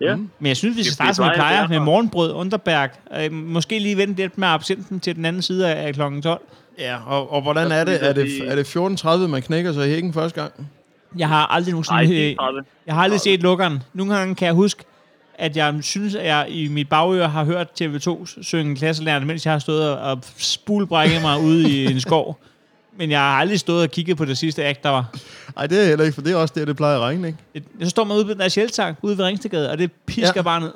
Ja, Men jeg synes, vi skal Det starte, som vi plejer plejer, jeg med derfor. morgenbrød, underberg. Øh, måske lige vente lidt med absenten til den anden side af kl. 12. ja, og, og hvordan er det? Er det, er det 14.30, man knækker sig i hækken første gang? Jeg har aldrig nej, nogensinde... det øh, er trætte. Jeg har aldrig set lukkeren. Nogle gange kan jeg huske, at jeg synes, at jeg i mit bagøre har hørt TV2 synge klasselærerne, mens jeg har stået og- og spulbrækket mig ude i en skov. Men jeg har aldrig stået og kigget på det sidste act, der var. Nej, det er heller ikke, for det er også det, det plejer at regne, ikke? Jeg- Så står man ude på den der sheltang, ude ved Ringstedgade, og det pisker Ja. ja. bare ned.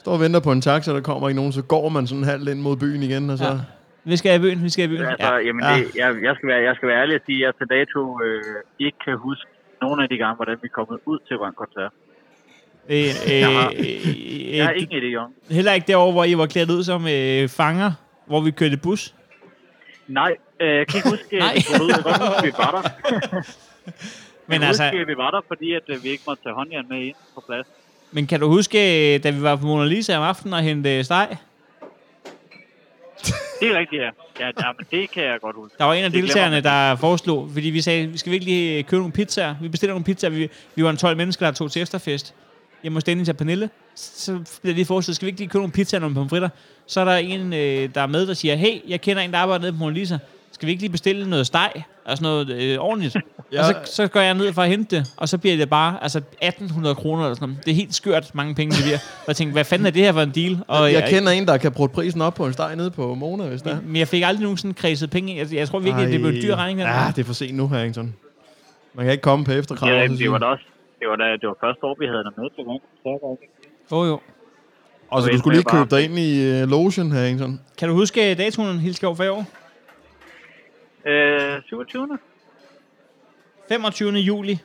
Står og venter på en taxa, der kommer ikke nogen, så går man sådan halvt ind mod byen igen, og så... Ja. Vi skal i byen, vi skal i byen. Altså, Ja. ja. jamen, Ja. det, jeg, jeg, skal være, jeg skal være ærlig og sige, at jeg til dato øh, ikke kan huske nogen af de gange, hvordan vi er kommet ud til Røn Koncert. Øh, Ja. øh, øh, Jeg er øh, ikke en idé om. Heller ikke derovre, hvor I var klædt ud som øh, fanger, hvor vi kørte bus. Nej, øh, jeg kan ikke huske, Nej. at vi var ude. Jeg kan godt huske, at vi var der. Men, jeg altså, altså... huske, at vi var der, fordi at, øh, vi ikke måtte tage håndjern med ind på plads. men kan du huske, øh, da vi var på Mona Lisa om aftenen og hente øh, steg? Det er rigtigt, ja. ja nej, men det kan jeg godt huske. Der var en af Det deltagerne, glemmer der foreslog, fordi vi sagde, vi skal virkelig øh, købe nogle pizzaer. Vi bestiller nogle pizzaer. Vi, vi var en 12 mennesker, der tog til efterfest. Jeg må stændig til Pernille. Så bliver det foreslået, skal vi ikke lige købe nogle pizzaer og nogle pomfritter? Så er der en, øh, der er med, der siger, hey, jeg kender en, der arbejder nede på Mona Lisa. Skal vi ikke lige bestille noget steg? Og sådan noget øh, ordentligt. ja. Ja. Og så, så går jeg ned for at hente det, og så bliver det bare altså 1.800 kroner eller sådan noget. Det er helt skørt, mange penge det bliver. Og jeg tænkte, hvad fanden er det her for en deal? Og Jeg kender en, der kan bruge prisen op på en steg nede på Mona, hvis det er. Men jeg fik aldrig nogen sådan kredset penge. ind. Jeg, jeg tror virkelig, at det blev en dyr regning. den Ja, her. det er for sent nu, Harrington. Man kan ikke komme på efterkrav. Ja, så jamen, det sige. var da også. Det var, da, det var første år, vi havde der med til Røn Koncert. var det ikke? Jo, jo. Og så Og du skulle lige endte med købe dig ind i øh, logen, Harrington. Kan du huske øh, datoen, Hilskov, for i år? Øh, 27. 25. juli.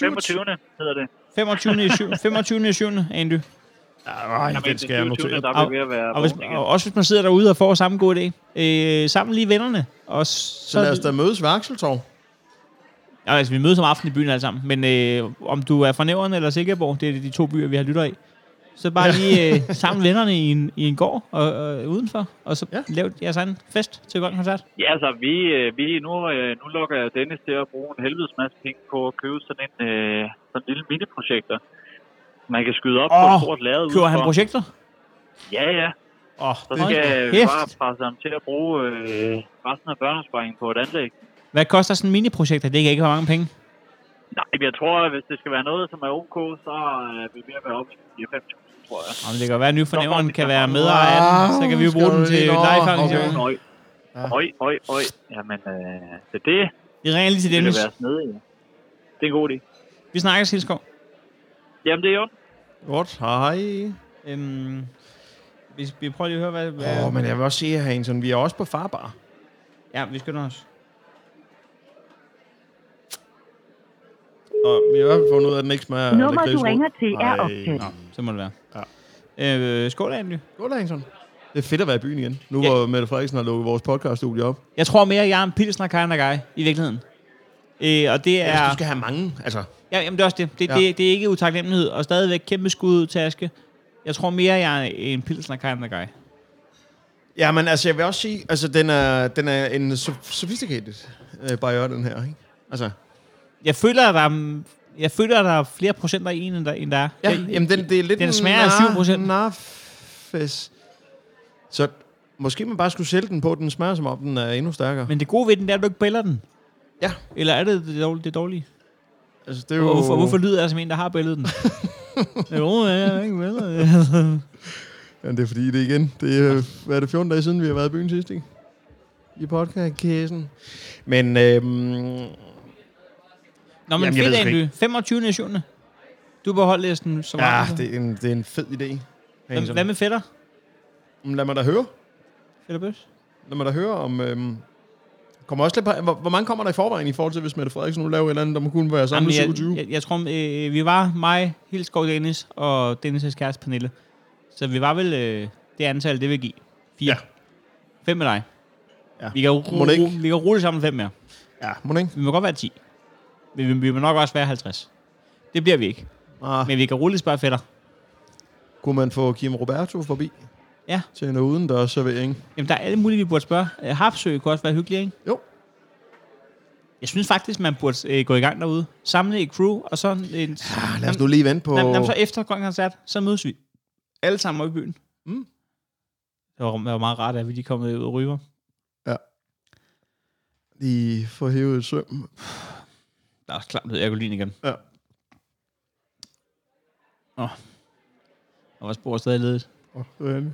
25. hedder det. 25. i 7. 25. i 7. Andy. Ej, den skal jeg notere. Der er vi ved at være Og, hvis, vågne igen. og også hvis man sidder derude og får samme gode idé. Øh, sammen lige vennerne. Og så, Så lad os da mødes ved Akseltorv. Nå, altså, vi mødes om aftenen i byen alle sammen. Men øh, om du er fra Nævren eller Silkeborg, det er de to byer, vi har lytter i. Så bare lige øh, sammen vennerne i en, i en gård og, og udenfor. Og så Ja. ja. lav jeres egen fest til Grøn Koncert. Ja, altså, vi, øh, vi nu, øh, nu lukker jeg Dennis til at bruge en helvedes masse penge på at købe sådan en øh, sådan en lille miniprojektor. Man kan skyde op oh, på Åh, et stort lade Kører han projekter? Ja, ja. Åh, oh, Så det, skal Hold da vi kæft. bare presse ham til at bruge øh, resten af børneopsparingen på et anlæg. Hvad koster sådan en miniprojekt? Det kan ikke have mange penge. Nej, men jeg tror, at hvis det skal være noget, som er ok, så øh, vil vi mere være oppe i 4-5.000, tror jeg. Om det kan være, at nye Nå, fornævren det kan kan være man. medejer af den, så kan vi jo Ah, Skal bruge den vi- til Nå, live okay. Øj, øj, øj, øj. Jamen, øh, så det Vi ringer lige til vil Dennis. være snede i. Det er en god idé. Vi snakkes, Hilskov. Jamen, det er jo. Godt, hej. Øhm, vi, vi prøver lige at høre, hvad... hvad Åh, oh, men jeg vil også sige, Hansen, vi er også på farbar. Ja, vi skynder os. Og vi har i hvert fald fundet ud af, at den ikke smager... af Nummer, du lakridsrod. ringer til, er Ej, optaget. nå. Så må det være. Ja. Øh, skål, Andy. Skål, Hansen. Det er fedt at være i byen igen. Nu Ja. hvor Mette Frederiksen har lukket vores podcaststudie op. Jeg tror mere, jeg er en pilsner kind of guy, i virkeligheden. Øh, og det Ja. er... Du skal have mange, altså... Ja, jamen, det er også det. Det, Ja. ja. det, det er ikke utaknemmelighed, og stadigvæk kæmpe skud ud til Aske. Jeg tror mere, jeg er en pilsner kind of guy. Ja, men altså, jeg vil også sige, altså, den er, den er en so- sophisticated øh, bajer, den her, ikke? Altså, Jeg føler, at der er, jeg føler, at der er flere procenter i en, end der, end der er. ja, jamen, den, det er lidt... den en smager af nar- 7%. Narfes. Så Måske man bare skulle sælge den på, at den smager som om, den er endnu stærkere. Men det gode ved den, det er, at du ikke bælder den. Ja. Eller er det det dårlige? Det dårlige? altså, det er jo... Hvorfor, hvorfor lyder jeg som en, der har bældet den? jo, jeg er ikke bældet. Ja, det er fordi, det er igen. Det er, øh, hvad er det, 14 dage siden, vi har været i byen sidst, ikke? I podcastkassen. Men øhm, Nå, men Jamen, jeg ved fedt, det Andy. ikke. 25. nationen. Du er på holdlisten som ja, aften. ah, det er, en, det er en fed idé. Hvem- Hansen. Hvad med fætter? Lad mig da høre. Fætter Bøs? Lad mig da høre om... Øhm, kommer også lidt på, hvor, hvor, mange kommer der i forvejen i forhold til, hvis Mette Frederiksen nu laver et eller andet, der må kun være samlet Jamen, 27? jeg, jeg, jeg tror, øh, vi var mig, Hilskov Dennis og Dennis' kæreste Pernille. Så vi var vel øh, det antal, det vil give. Fire. Ja. Fem med dig. Ja. Vi kan, ro- Må det ikke? ro- vi kan rulle sammen fem mere. Ja, må den ikke? Vi må godt være 10. Men vi, vi må nok også være 50. Det bliver vi ikke. Ah, Men vi kan rulle spørge fætter. kunne man få Kim Roberto forbi? Ja. Til en udendørs servering. Jamen, der er alle mulige, vi burde spørge. Øh, Harpsø kunne også være hyggelig, ikke? Jo. Jeg synes faktisk, man burde øh, gå i gang derude. Samle et crew, og så... En, Ah, lad os nu lige vente på... Jamen, jamen, så efter grøn koncert, så mødes vi. Alle sammen oppe i byen. Mm. Det var, det var meget rart, at vi lige kom ud og ryger. lige få hævet et søm. Der er også klamt ud, jeg kunne lide igen. Ja. Nå. Og vores bord er stadig ledet. Åh, det er det.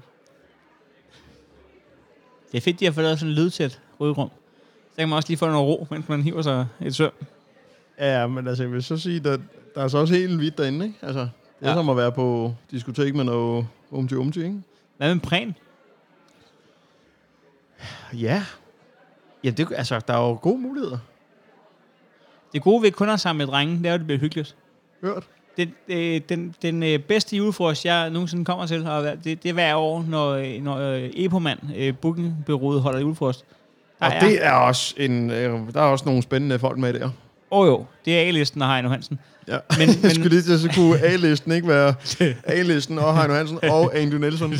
Det er fedt, de har fået lavet sådan et lydtæt rødrum. Så kan man også lige få noget ro, mens man hiver sig et søm. Ja, men altså, jeg vil så sige, der, der er så også helt hvidt derinde, ikke? Altså, det Ja. er ja. som at være på diskotek med noget umti umti, ikke? Hvad med præn? Ja. Ja, det, altså, der er jo gode muligheder. Det gode ved kun at samle drenge, det er, jo, at det bliver hyggeligt. Hørt. Den, øh, den, den øh, bedste julefrokost, jeg nogensinde kommer til, og det, det er hver år, når, øh, når øh, Epoman, øh, bookingbureauet, holder julefrokost. Der Og er- det er også en, øh, der er også nogle spændende folk med der. Åh oh, jo, det er A-listen og Heino Hansen. Ja. Men- Men, men- men... skulle lige til, at så kunne A-listen ikke være A-listen og Heino Hansen og Andy Nielsen.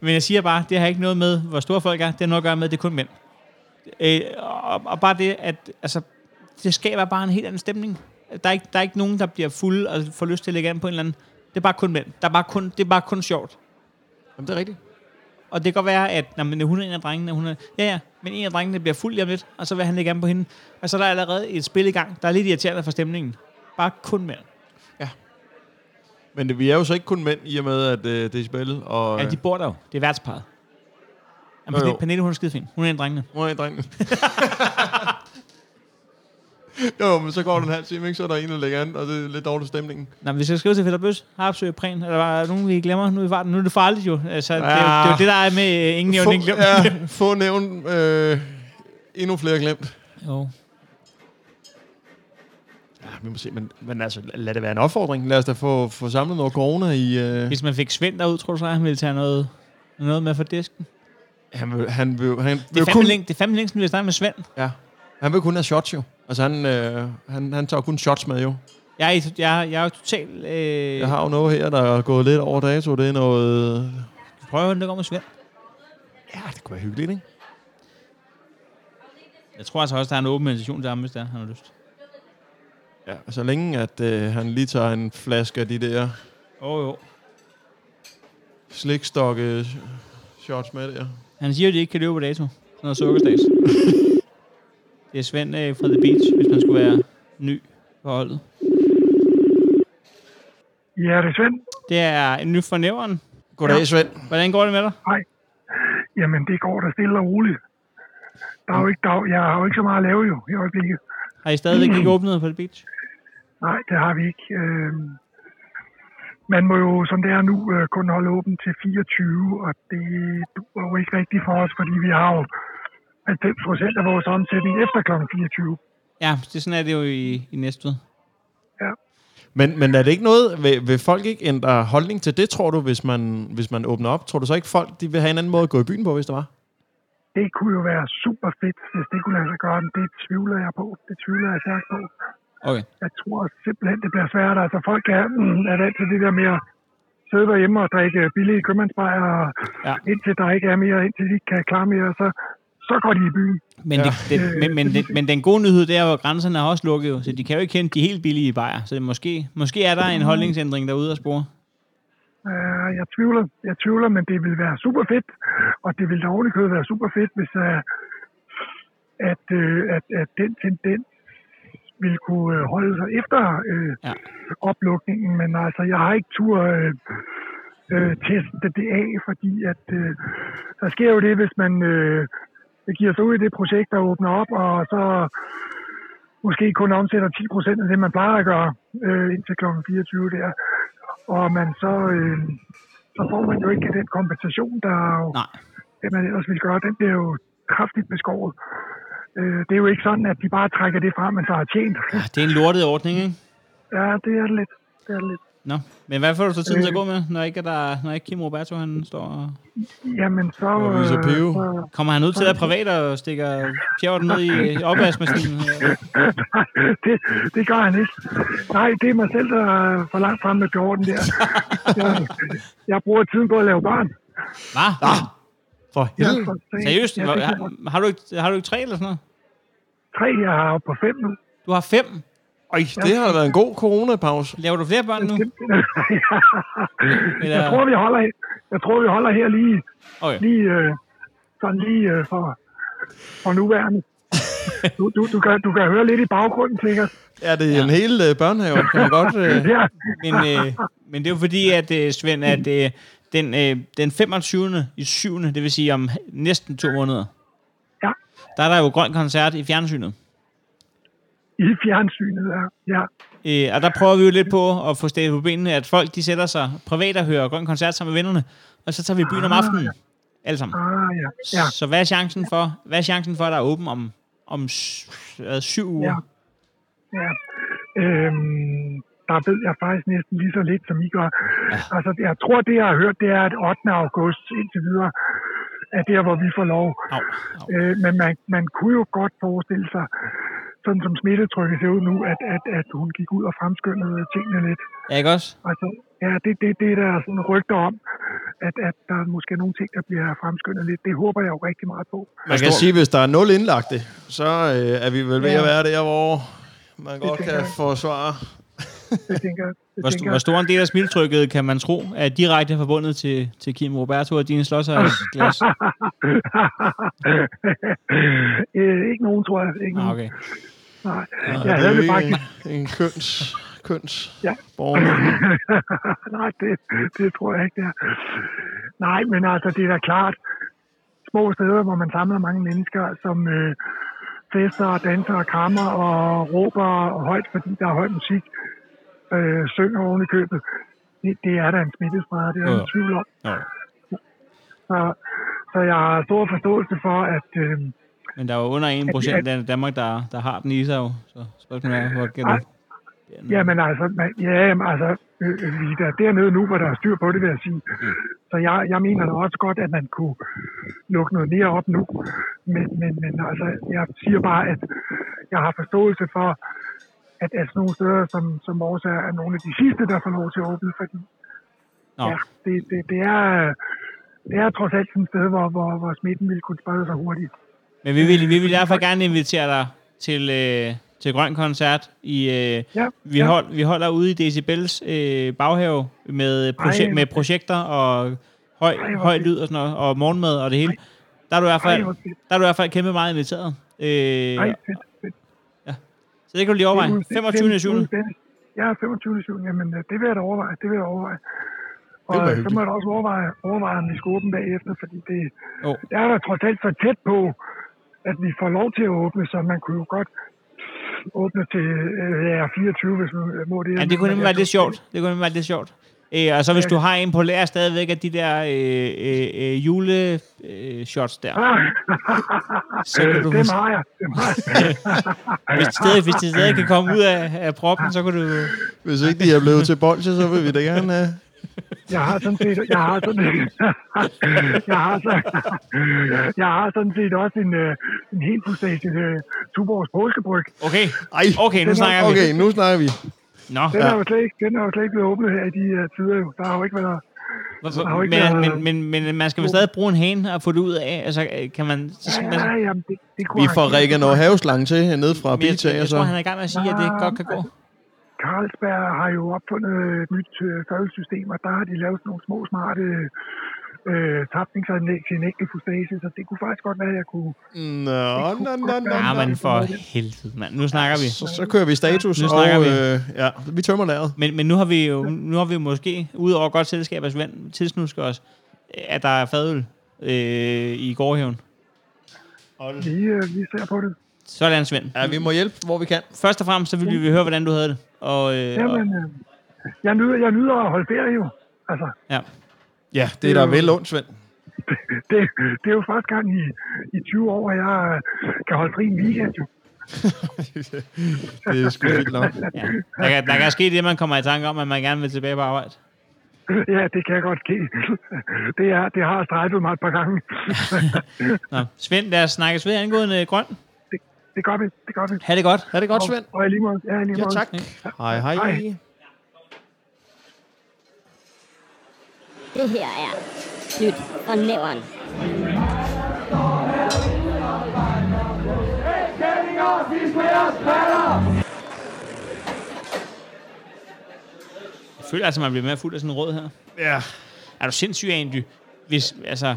Men jeg siger bare, det har ikke noget med, hvor store folk er. Det har noget at gøre med, at det er kun mænd. Øh, og, og bare det, at altså, det skaber bare en helt anden stemning. Der er ikke, der er ikke nogen, der bliver fulde og får lyst til at lægge an på en eller anden. Det er bare kun mænd. Der er bare kun, det er bare kun sjovt. Jamen, det er rigtigt. Og det kan godt være, at når man er en af drengene, hun er, ja, ja, men en af drengene bliver fuld lige om lidt, og så vil han lægge an på hende. Og så er der allerede et spil i gang, der er lidt irriterende for stemningen. Bare kun mænd. Men det, vi er jo så ikke kun mænd, i og med, at øh, det er spil. Og, Ja, de bor der jo. Det er værtsparet. Jamen, Jo, jo. Pernille, Pernille, hun er skidefin. Hun er en af drengene. Hvor er drengene? jo, men så går den en halv time, ikke? Så er der en, der lægger an, og det er lidt dårlig stemningen. Nå, men hvis jeg skriver til Fætter Bøs, Harpsø og Prehn, er der bare nogen, vi glemmer nu i farten? Nu er det farligt jo. Altså, ja. det, er jo, det er jo det, der er med øh, ingen nævnt, ingen glemt. Ja. ja, få nævn øh, endnu flere glemt. Jo. Ja, vi må se, men, men altså, lad det være en opfordring. Lad os da få, få samlet noget corona i... Øh, Hvis man fik Svend derud, tror du så, at han ville tage noget, noget med fra disken? han vil, han vil, han Det er vil fandme, kun... længe, det er fandme længe, siden vi har snakket med Svend. Ja, han vil kun have shots jo. Altså, han, øh, han, han tager kun shots med jo. Jeg er, i- jeg, er- jeg er jo totalt... Øh, Jeg har jo noget her, der er gået lidt over dato. Det er noget... Prøv at høre, hvordan det går med Svend. Ja, det kunne være hyggeligt, ikke? Jeg tror altså også, der er en åben invitation til ham, hvis der han har lyst. Ja, så længe at øh, han lige tager en flaske af de der Åh oh, jo. slikstokke shots med der. Han siger jo, at de ikke kan løbe på dato. Sådan noget sukkerstads. det er Svend øh, fra The Beach, hvis man skulle være ny på holdet. Ja, det er Svend. Det er en ny fornævren. Goddag, ja. Svend. Hvordan går det med dig? Jamen, det går da stille og roligt. Der er jo ikke, der, er jo- jeg har jo ikke så meget at lave jo i øjeblikket. Har I stadigvæk ikke åbnet på The Beach? Nej, det har vi ikke. Øh, man må jo, som det er nu, øh, kun holde åben til 24, og det duer jo ikke rigtigt for os, fordi vi har jo 90 procent af vores omsætning efter kl. 24. Ja, det, sådan er det jo i, i Næstved. Men, men er det ikke noget, vil, vil folk ikke ændre holdning til det, tror du, hvis man, hvis man åbner op? Tror du så ikke, folk de vil have en anden måde at gå i byen på, hvis der var? Det kunne jo være super fedt, hvis det kunne lade sig gøre, men det tvivler jeg på. Det tvivler jeg stærkt på. Okay. jeg tror simpelthen, det bliver svært. Altså, folk er, mm, er vant til det der med at sidde derhjemme og drikke billige købmandsbrejer, og Ja. ja. indtil der ikke er mere, indtil de ikke kan klare mere, så, så går de i byen. Men, ja. det, det, men, men, det, men den gode nyhed, det er jo, at grænserne er også lukket, jo, så de kan jo ikke kende de helt billige bajer. Så det måske, måske er der en holdningsændring derude at spore. Øh, jeg, tvivler, jeg tvivler, men det vil være super fedt, og det vil da ovenikøbet være super fedt, hvis øh, at, øh, at, at den tendens vil kunne øh, holde sig efter øh, Ja. ja. oplukningen, men altså, jeg har ikke tur øh, øh, teste det af, fordi at øh, der sker jo det, hvis man øh, giver sig ud i det projekt og åbner op, og så måske kun omsætter 10 procent af det, man plejer at gøre øh, indtil kl. 24 der. Og man så, øh, så får man jo ikke den kompensation, der jo, Nej. det man ellers ville gøre. Den bliver jo kraftigt beskåret. Øh, det er jo ikke sådan, at de bare trækker det fra, man så har tjent. Ja, Ah, det er en lortet ordning, ikke? Ja, det er det lidt. Det er det lidt. Nå, men hvad får du så tiden til at gå med, når ikke, er der, når ikke Kim Roberto han står og... Jamen så... Og Louise øh, Pio. så- Kommer han ud til at privat og stikker pjævret ned i opvaskemaskinen? det, det gør han ikke. Nej, det er mig selv, der er for langt frem med Jordan der. Jeg, jeg bruger tiden på at lave barn. Hvad? For Ja, helvede. for satan. Seriøst? Ja, Hvor- det kan jeg har, har, du ikke, har du ikke tre eller sådan noget? Tre, jeg har oppe på fem nu. Du har fem. Øj, det har da været en god coronapause. Laver du flere børn nu? jeg, Eller, tror, vi holder, jeg tror, vi holder her lige, okay. lige, øh, sådan lige øh, for, for nuværende. Du, du, du, kan, du kan høre lidt i baggrunden, sikkert. Er det ja. en hel øh, børnehave? Kan man godt... Øh... Ja, men, øh, men det er jo fordi, at øh, Svend, at øh, den, øh, den 25. i 7. det vil sige om næsten to måneder, Ja. der er der jo grøn koncert i fjernsynet. i fjernsynet. Ja. ja. Øh, og der prøver vi jo lidt på at få stedet på benene, at folk de sætter sig privat og hører grøn koncert sammen med vennerne, og så tager vi i byen om aftenen. Alle sammen. Ah, ja. ja. Så hvad er chancen for, hvad er chancen for at der er åben om, om s- hvad, syv uger? Ja. Ja. Øhm, der ved jeg faktisk næsten lige så lidt, som I gør. Ja. Altså, jeg tror, det jeg har hørt, det er, at 8. august indtil videre er der, hvor vi får lov. Au, au. Øh, men man, man kunne jo godt forestille sig, sådan som smittetrykket ser ud nu, at, at, at hun gik ud og fremskyndede tingene lidt. Ja, ikke også? Altså, ja, det, det, det er der sådan rygter om, at, at der er måske nogle ting, der bliver fremskyndet lidt. Det håber jeg jo rigtig meget på. Man kan sige, at hvis der er nul indlagte, så øh, er vi vel ved Ja. at være der, hvor man godt tænker kan jeg. forsvare. Det tænker, jeg- det Hvor, st- tænker hvor jeg. stor en del af smittetrykket kan man tro er direkte forbundet til, til Kim Roberto og Dine Slossers glas? øh, ikke nogen, tror jeg. Ikke Ah, nogen. okay. Nej, Ja, jeg det havde er det jo ikke faktisk. en, en køns, køns Ja. borger. Nej, det, det tror jeg ikke, det er. Nej, men altså, det er da klart. Små steder, hvor man samler mange mennesker, som øh, fester og danser og krammer og råber højt, fordi der er høj musik, øh, synger oven i købet. Det, det er da en smittespreder, det er der Ja. ingen tvivl om. Nå. Så, så jeg har stor forståelse for, at... Øh, Men der er jo under 1 procent af Danmark, der, der har den i sig jo. Så spørgsmålet er, hvor kan Ej. det? Mm. Jamen altså, man, ja, jamen, altså øh, øh, vi er da dernede nu, hvor der er styr på det, vil jeg sige. Så jeg, jeg mener da også godt, at man kunne lukke noget mere op nu. Men, men, men altså, jeg siger bare, at jeg har forståelse for, at, at sådan nogle steder, som, som vores er, er nogle af de sidste, der får lov til at åbne, fordi Nå. ja, det, det, det, er, det er trods alt sådan et sted, hvor, hvor, hvor smitten ville kunne sprede sig hurtigt. Men vi vil, vi vil derfor gerne invitere dig til, øh, til Grøn Koncert. I, øh, Ja, vi, ja. hold, vi holder ude i Decibels øh, baghave med, proje- Ej. med projekter og høj, Ej, hvor høj fedt. lyd og sådan noget, og morgenmad og det hele. Der er du i hvert fald, Ej, hvor fedt. der er du i hvert fald kæmpe meget inviteret. Øh, Ej, fedt, fedt. så det kan du lige overveje. 25. 7. Ja, 25. 7. Jamen, øh, det vil jeg da overveje. Det vil jeg overveje. Og Det var øh, så hyggeligt. må jeg da også overveje, overveje om vi skal åbne bagefter, fordi det, Jo. oh. det er da trods alt så tæt på, at vi får lov til at åbne, så man kunne jo godt åbne til øh, ja, 24, hvis man øh, må det. Ja, det kunne nemlig være lidt sjovt. Det kunne nemlig være lidt sjovt. Øh, og så hvis du har en på lager stadigvæk af de der øh, øh, øh, juleshots øh, shots der, Ah, øh, så kan du, dem har jeg. Dem har jeg. hvis, de stadig, hvis de stadig kan komme ud af, af proppen, så kan du... Hvis ikke de er blevet til bolsje, så vil vi da gerne øh, have. Jeg har sådan set, jeg har sådan set, jeg har, så, jeg har sådan set også en, øh, en helt fuldstændig øh, Tuborgs påskebryg. Okay, Ej, okay, nu snakker vi. okay, nu snakker vi. Nå, Den, ja. er jo slet ikke, den er jo slet ikke blevet åbnet her i de uh, tider. jo. Der har jo ikke været... har jo ikke men, men, været- men, men man skal vel stadig bruge en hane og få det ud af. Altså, øh, kan man... Så skal man Ja, jamen, det, det kunne Vi han- får Rikke noget haveslange til ned fra men jeg, jeg, biltager, tror, han så. er i gang med at sige, at det godt kan gå. Kan Carlsberg har jo opfundet et nyt øh, fadelsystem, og der har de lavet sådan nogle små smarte øh, tapningsanlæg til en enkelt fustage, så det kunne faktisk godt være, at jeg kunne... Nå, nå, nå, nå. Ja, men for helvede, mand. Nu snakker vi. Så, så kører vi status, Nu og snakker vi. øh, ja, vi tømmer lageret. Men, men nu har vi jo nu har vi jo måske, udover godt selskab, at Svend tilsnusker os, at der er fadøl øh, i gårdhaven. Vi, øh, vi ser på det. Sådan, Svend. Ja, vi må hjælpe, hvor vi kan. Først og fremmest, så ville vi høre, hvordan du havde det. Og, øh, og, Jamen, øh, jeg, nyder, jeg nyder at holde ferie jo. Altså, ja. Ja, det er da vel ondt, Svend. det, det er jo første gang i, i 20 år, at jeg øh, kan holde fri en weekend jo. det er sgu vildt nok. ja. Der, kan, der kan ske det, man kommer i tanke om, at man gerne vil tilbage på arbejde. Ja, det kan godt ske. Det, er, det har strejfet mig et par gange. Nå. Svend, lad os snakkes ved angående grøn. Det gør vi, det gør vi. Ha' det godt. Er det godt, Og, Svend? og i lige måde. Ja, i lige Ja, måde. tak. Hej, hej. Hej. Det her er snydt for næveren. Jeg føler altså, man bliver mere fuld af sådan en råd her. Ja. Er du sindssyg, Andy? Hvis, altså,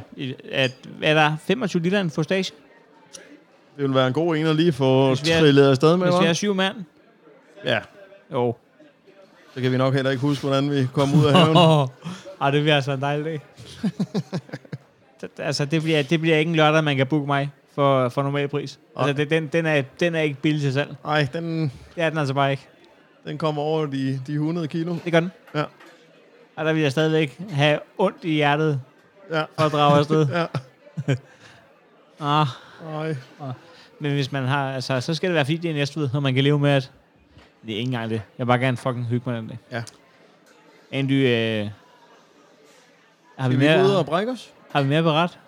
at, er der 25 liter i en forstage? Det ville være en god en at lige få Hvis vi er- trillet afsted med, Hvis vi er hva'? syv mand? Ja. Jo. Så kan vi nok heller ikke huske, hvordan vi kom ud af haven. Åh, oh, det bliver altså en dejlig dag. Det- altså, det bliver, det bliver ikke en lørdag, man kan booke mig for, for normal pris. Altså, det, den, den, er, den er ikke billig til salg. Nej, den, Det er den altså bare ikke. den kommer over de, de 100 kilo. Det gør den. Ja. Og der vil jeg stadigvæk have ondt i hjertet Ja. for at drage afsted. Ja. ah, Ej. men hvis man har, altså, så skal det være, fordi det er næste ved, når man kan leve med, at det er ikke engang det. Jeg vil bare gerne fucking hygge mig den dag. Ja. Andy, øh, har, vi Skal vi gå ud mere, og brække os? har vi mere beret?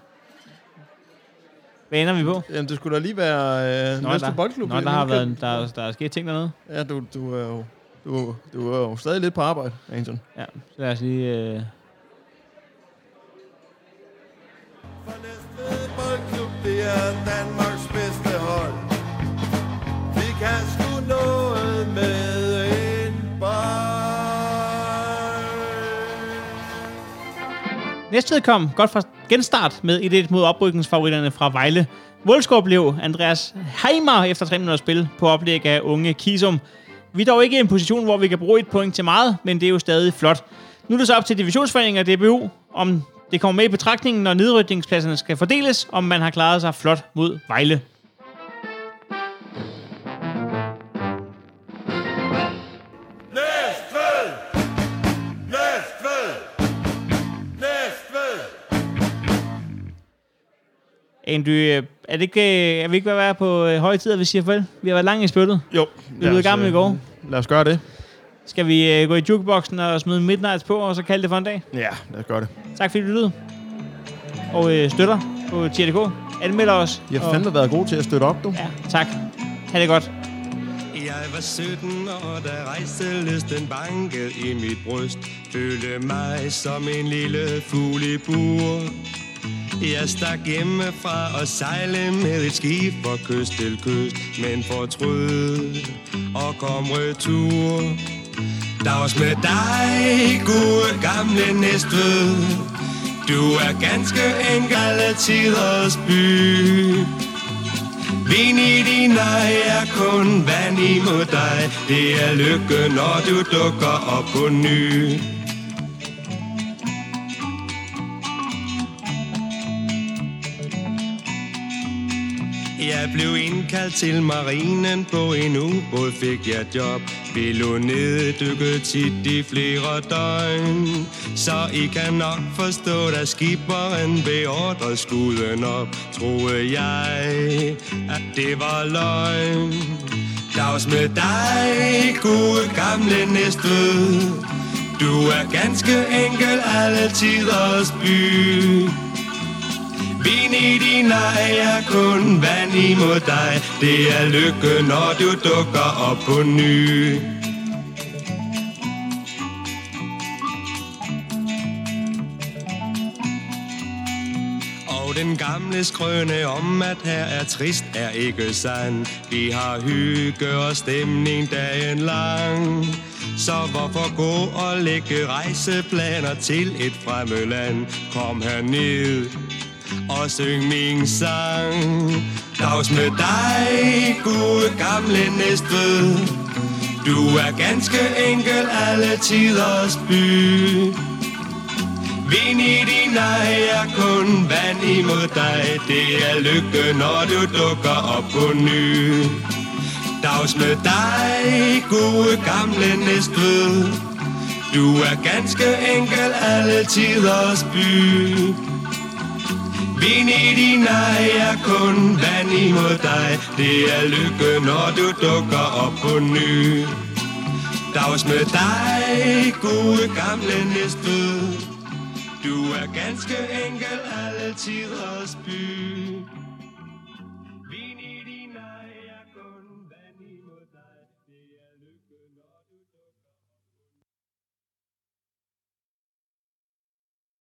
Hvad ender vi på? Jamen, det skulle da lige være øh, næste der, boldklub. Nå, vi der, har lige været, kan- en- der, der er sket ting dernede. Ja, du, du er jo... Du, du er jo stadig lidt på arbejde, Anton. Ja, så lad os lige... Øh... Boldklub, det er Danmarks bedste hold. Vi kan sgu noget med en bold. Næstved kom godt fra genstart med 1-1 mod oprykningsfavoritterne fra Vejle. Målscore blev Andreas Heimer efter 3 minutter spil på oplæg af unge Kisum. Vi er dog ikke i en position, hvor vi kan bruge et point til meget, men det er jo stadig flot. Nu er det så op til divisionsforeningen og DBU, om det kommer med i betragtningen, når nedrykningspladserne skal fordeles, om man har klaret sig flot mod Vejle. Næstved! Næstved! Næstved! Andy, øh, er, det ikke, øh, er vi ikke ved at være på øh, høje tid, at vi siger farvel? Vi har været langt i spyttet. Jo. øh, Vi blev i gang med i går. Lad os gøre det. Skal vi øh, gå i jukeboxen og smide Midnights på, og så kalde det for en dag? Ja, lad os gøre det. Tak fordi du lyttede. Og øh, støtter på TRDK. Anmelder os. De har og, fandme været gode til at støtte op, du. Ja, tak. Ha' det godt. Jeg var 17, og der rejste lysten bankede i mit bryst. Følte mig som en lille fugl i bur. Jeg stak hjemmefra og sejle med et skib fra kyst til kyst, men fortrød og kom retur. Dags med dig, gode gamle Næstved. Du er ganske enkelt af tiders by. Vin i din ej er kun vand imod dig. Det er lykke, når du dukker op på ny. Jeg blev indkaldt til marinen på en ubåd, fik jeg job. Pilonet dykkede tit i flere døgn. Så I kan nok forstå, da skiberen beordrede skuden op. Troede jeg, at det var løgn. Dags med dig, gode gamle næstved. Du er ganske enkel alle tiders by. Vin i din ej er kun vand imod dig. Det er lykke, når du dukker op på ny. Og den gamle skrøne om, at her er trist, er ikke sand. Vi har hygge og stemning dagen lang. Så hvorfor gå og lægge rejseplaner til et fremmed land? Kom herned og syng min sang. Dags med dig, gode gamle næstved. Du er ganske enkel alle tiders by. Vind i din ej er kun vand imod dig Det er lykke, når du dukker op på ny Dags med dig, gode gamle næstved Du er ganske enkel alle tiders by Vind i din ej er kun vand imod dig Det er lykke, når du dukker op på ny Dags med dig, gode gamle næstved du er ganske enkel alle tiders by.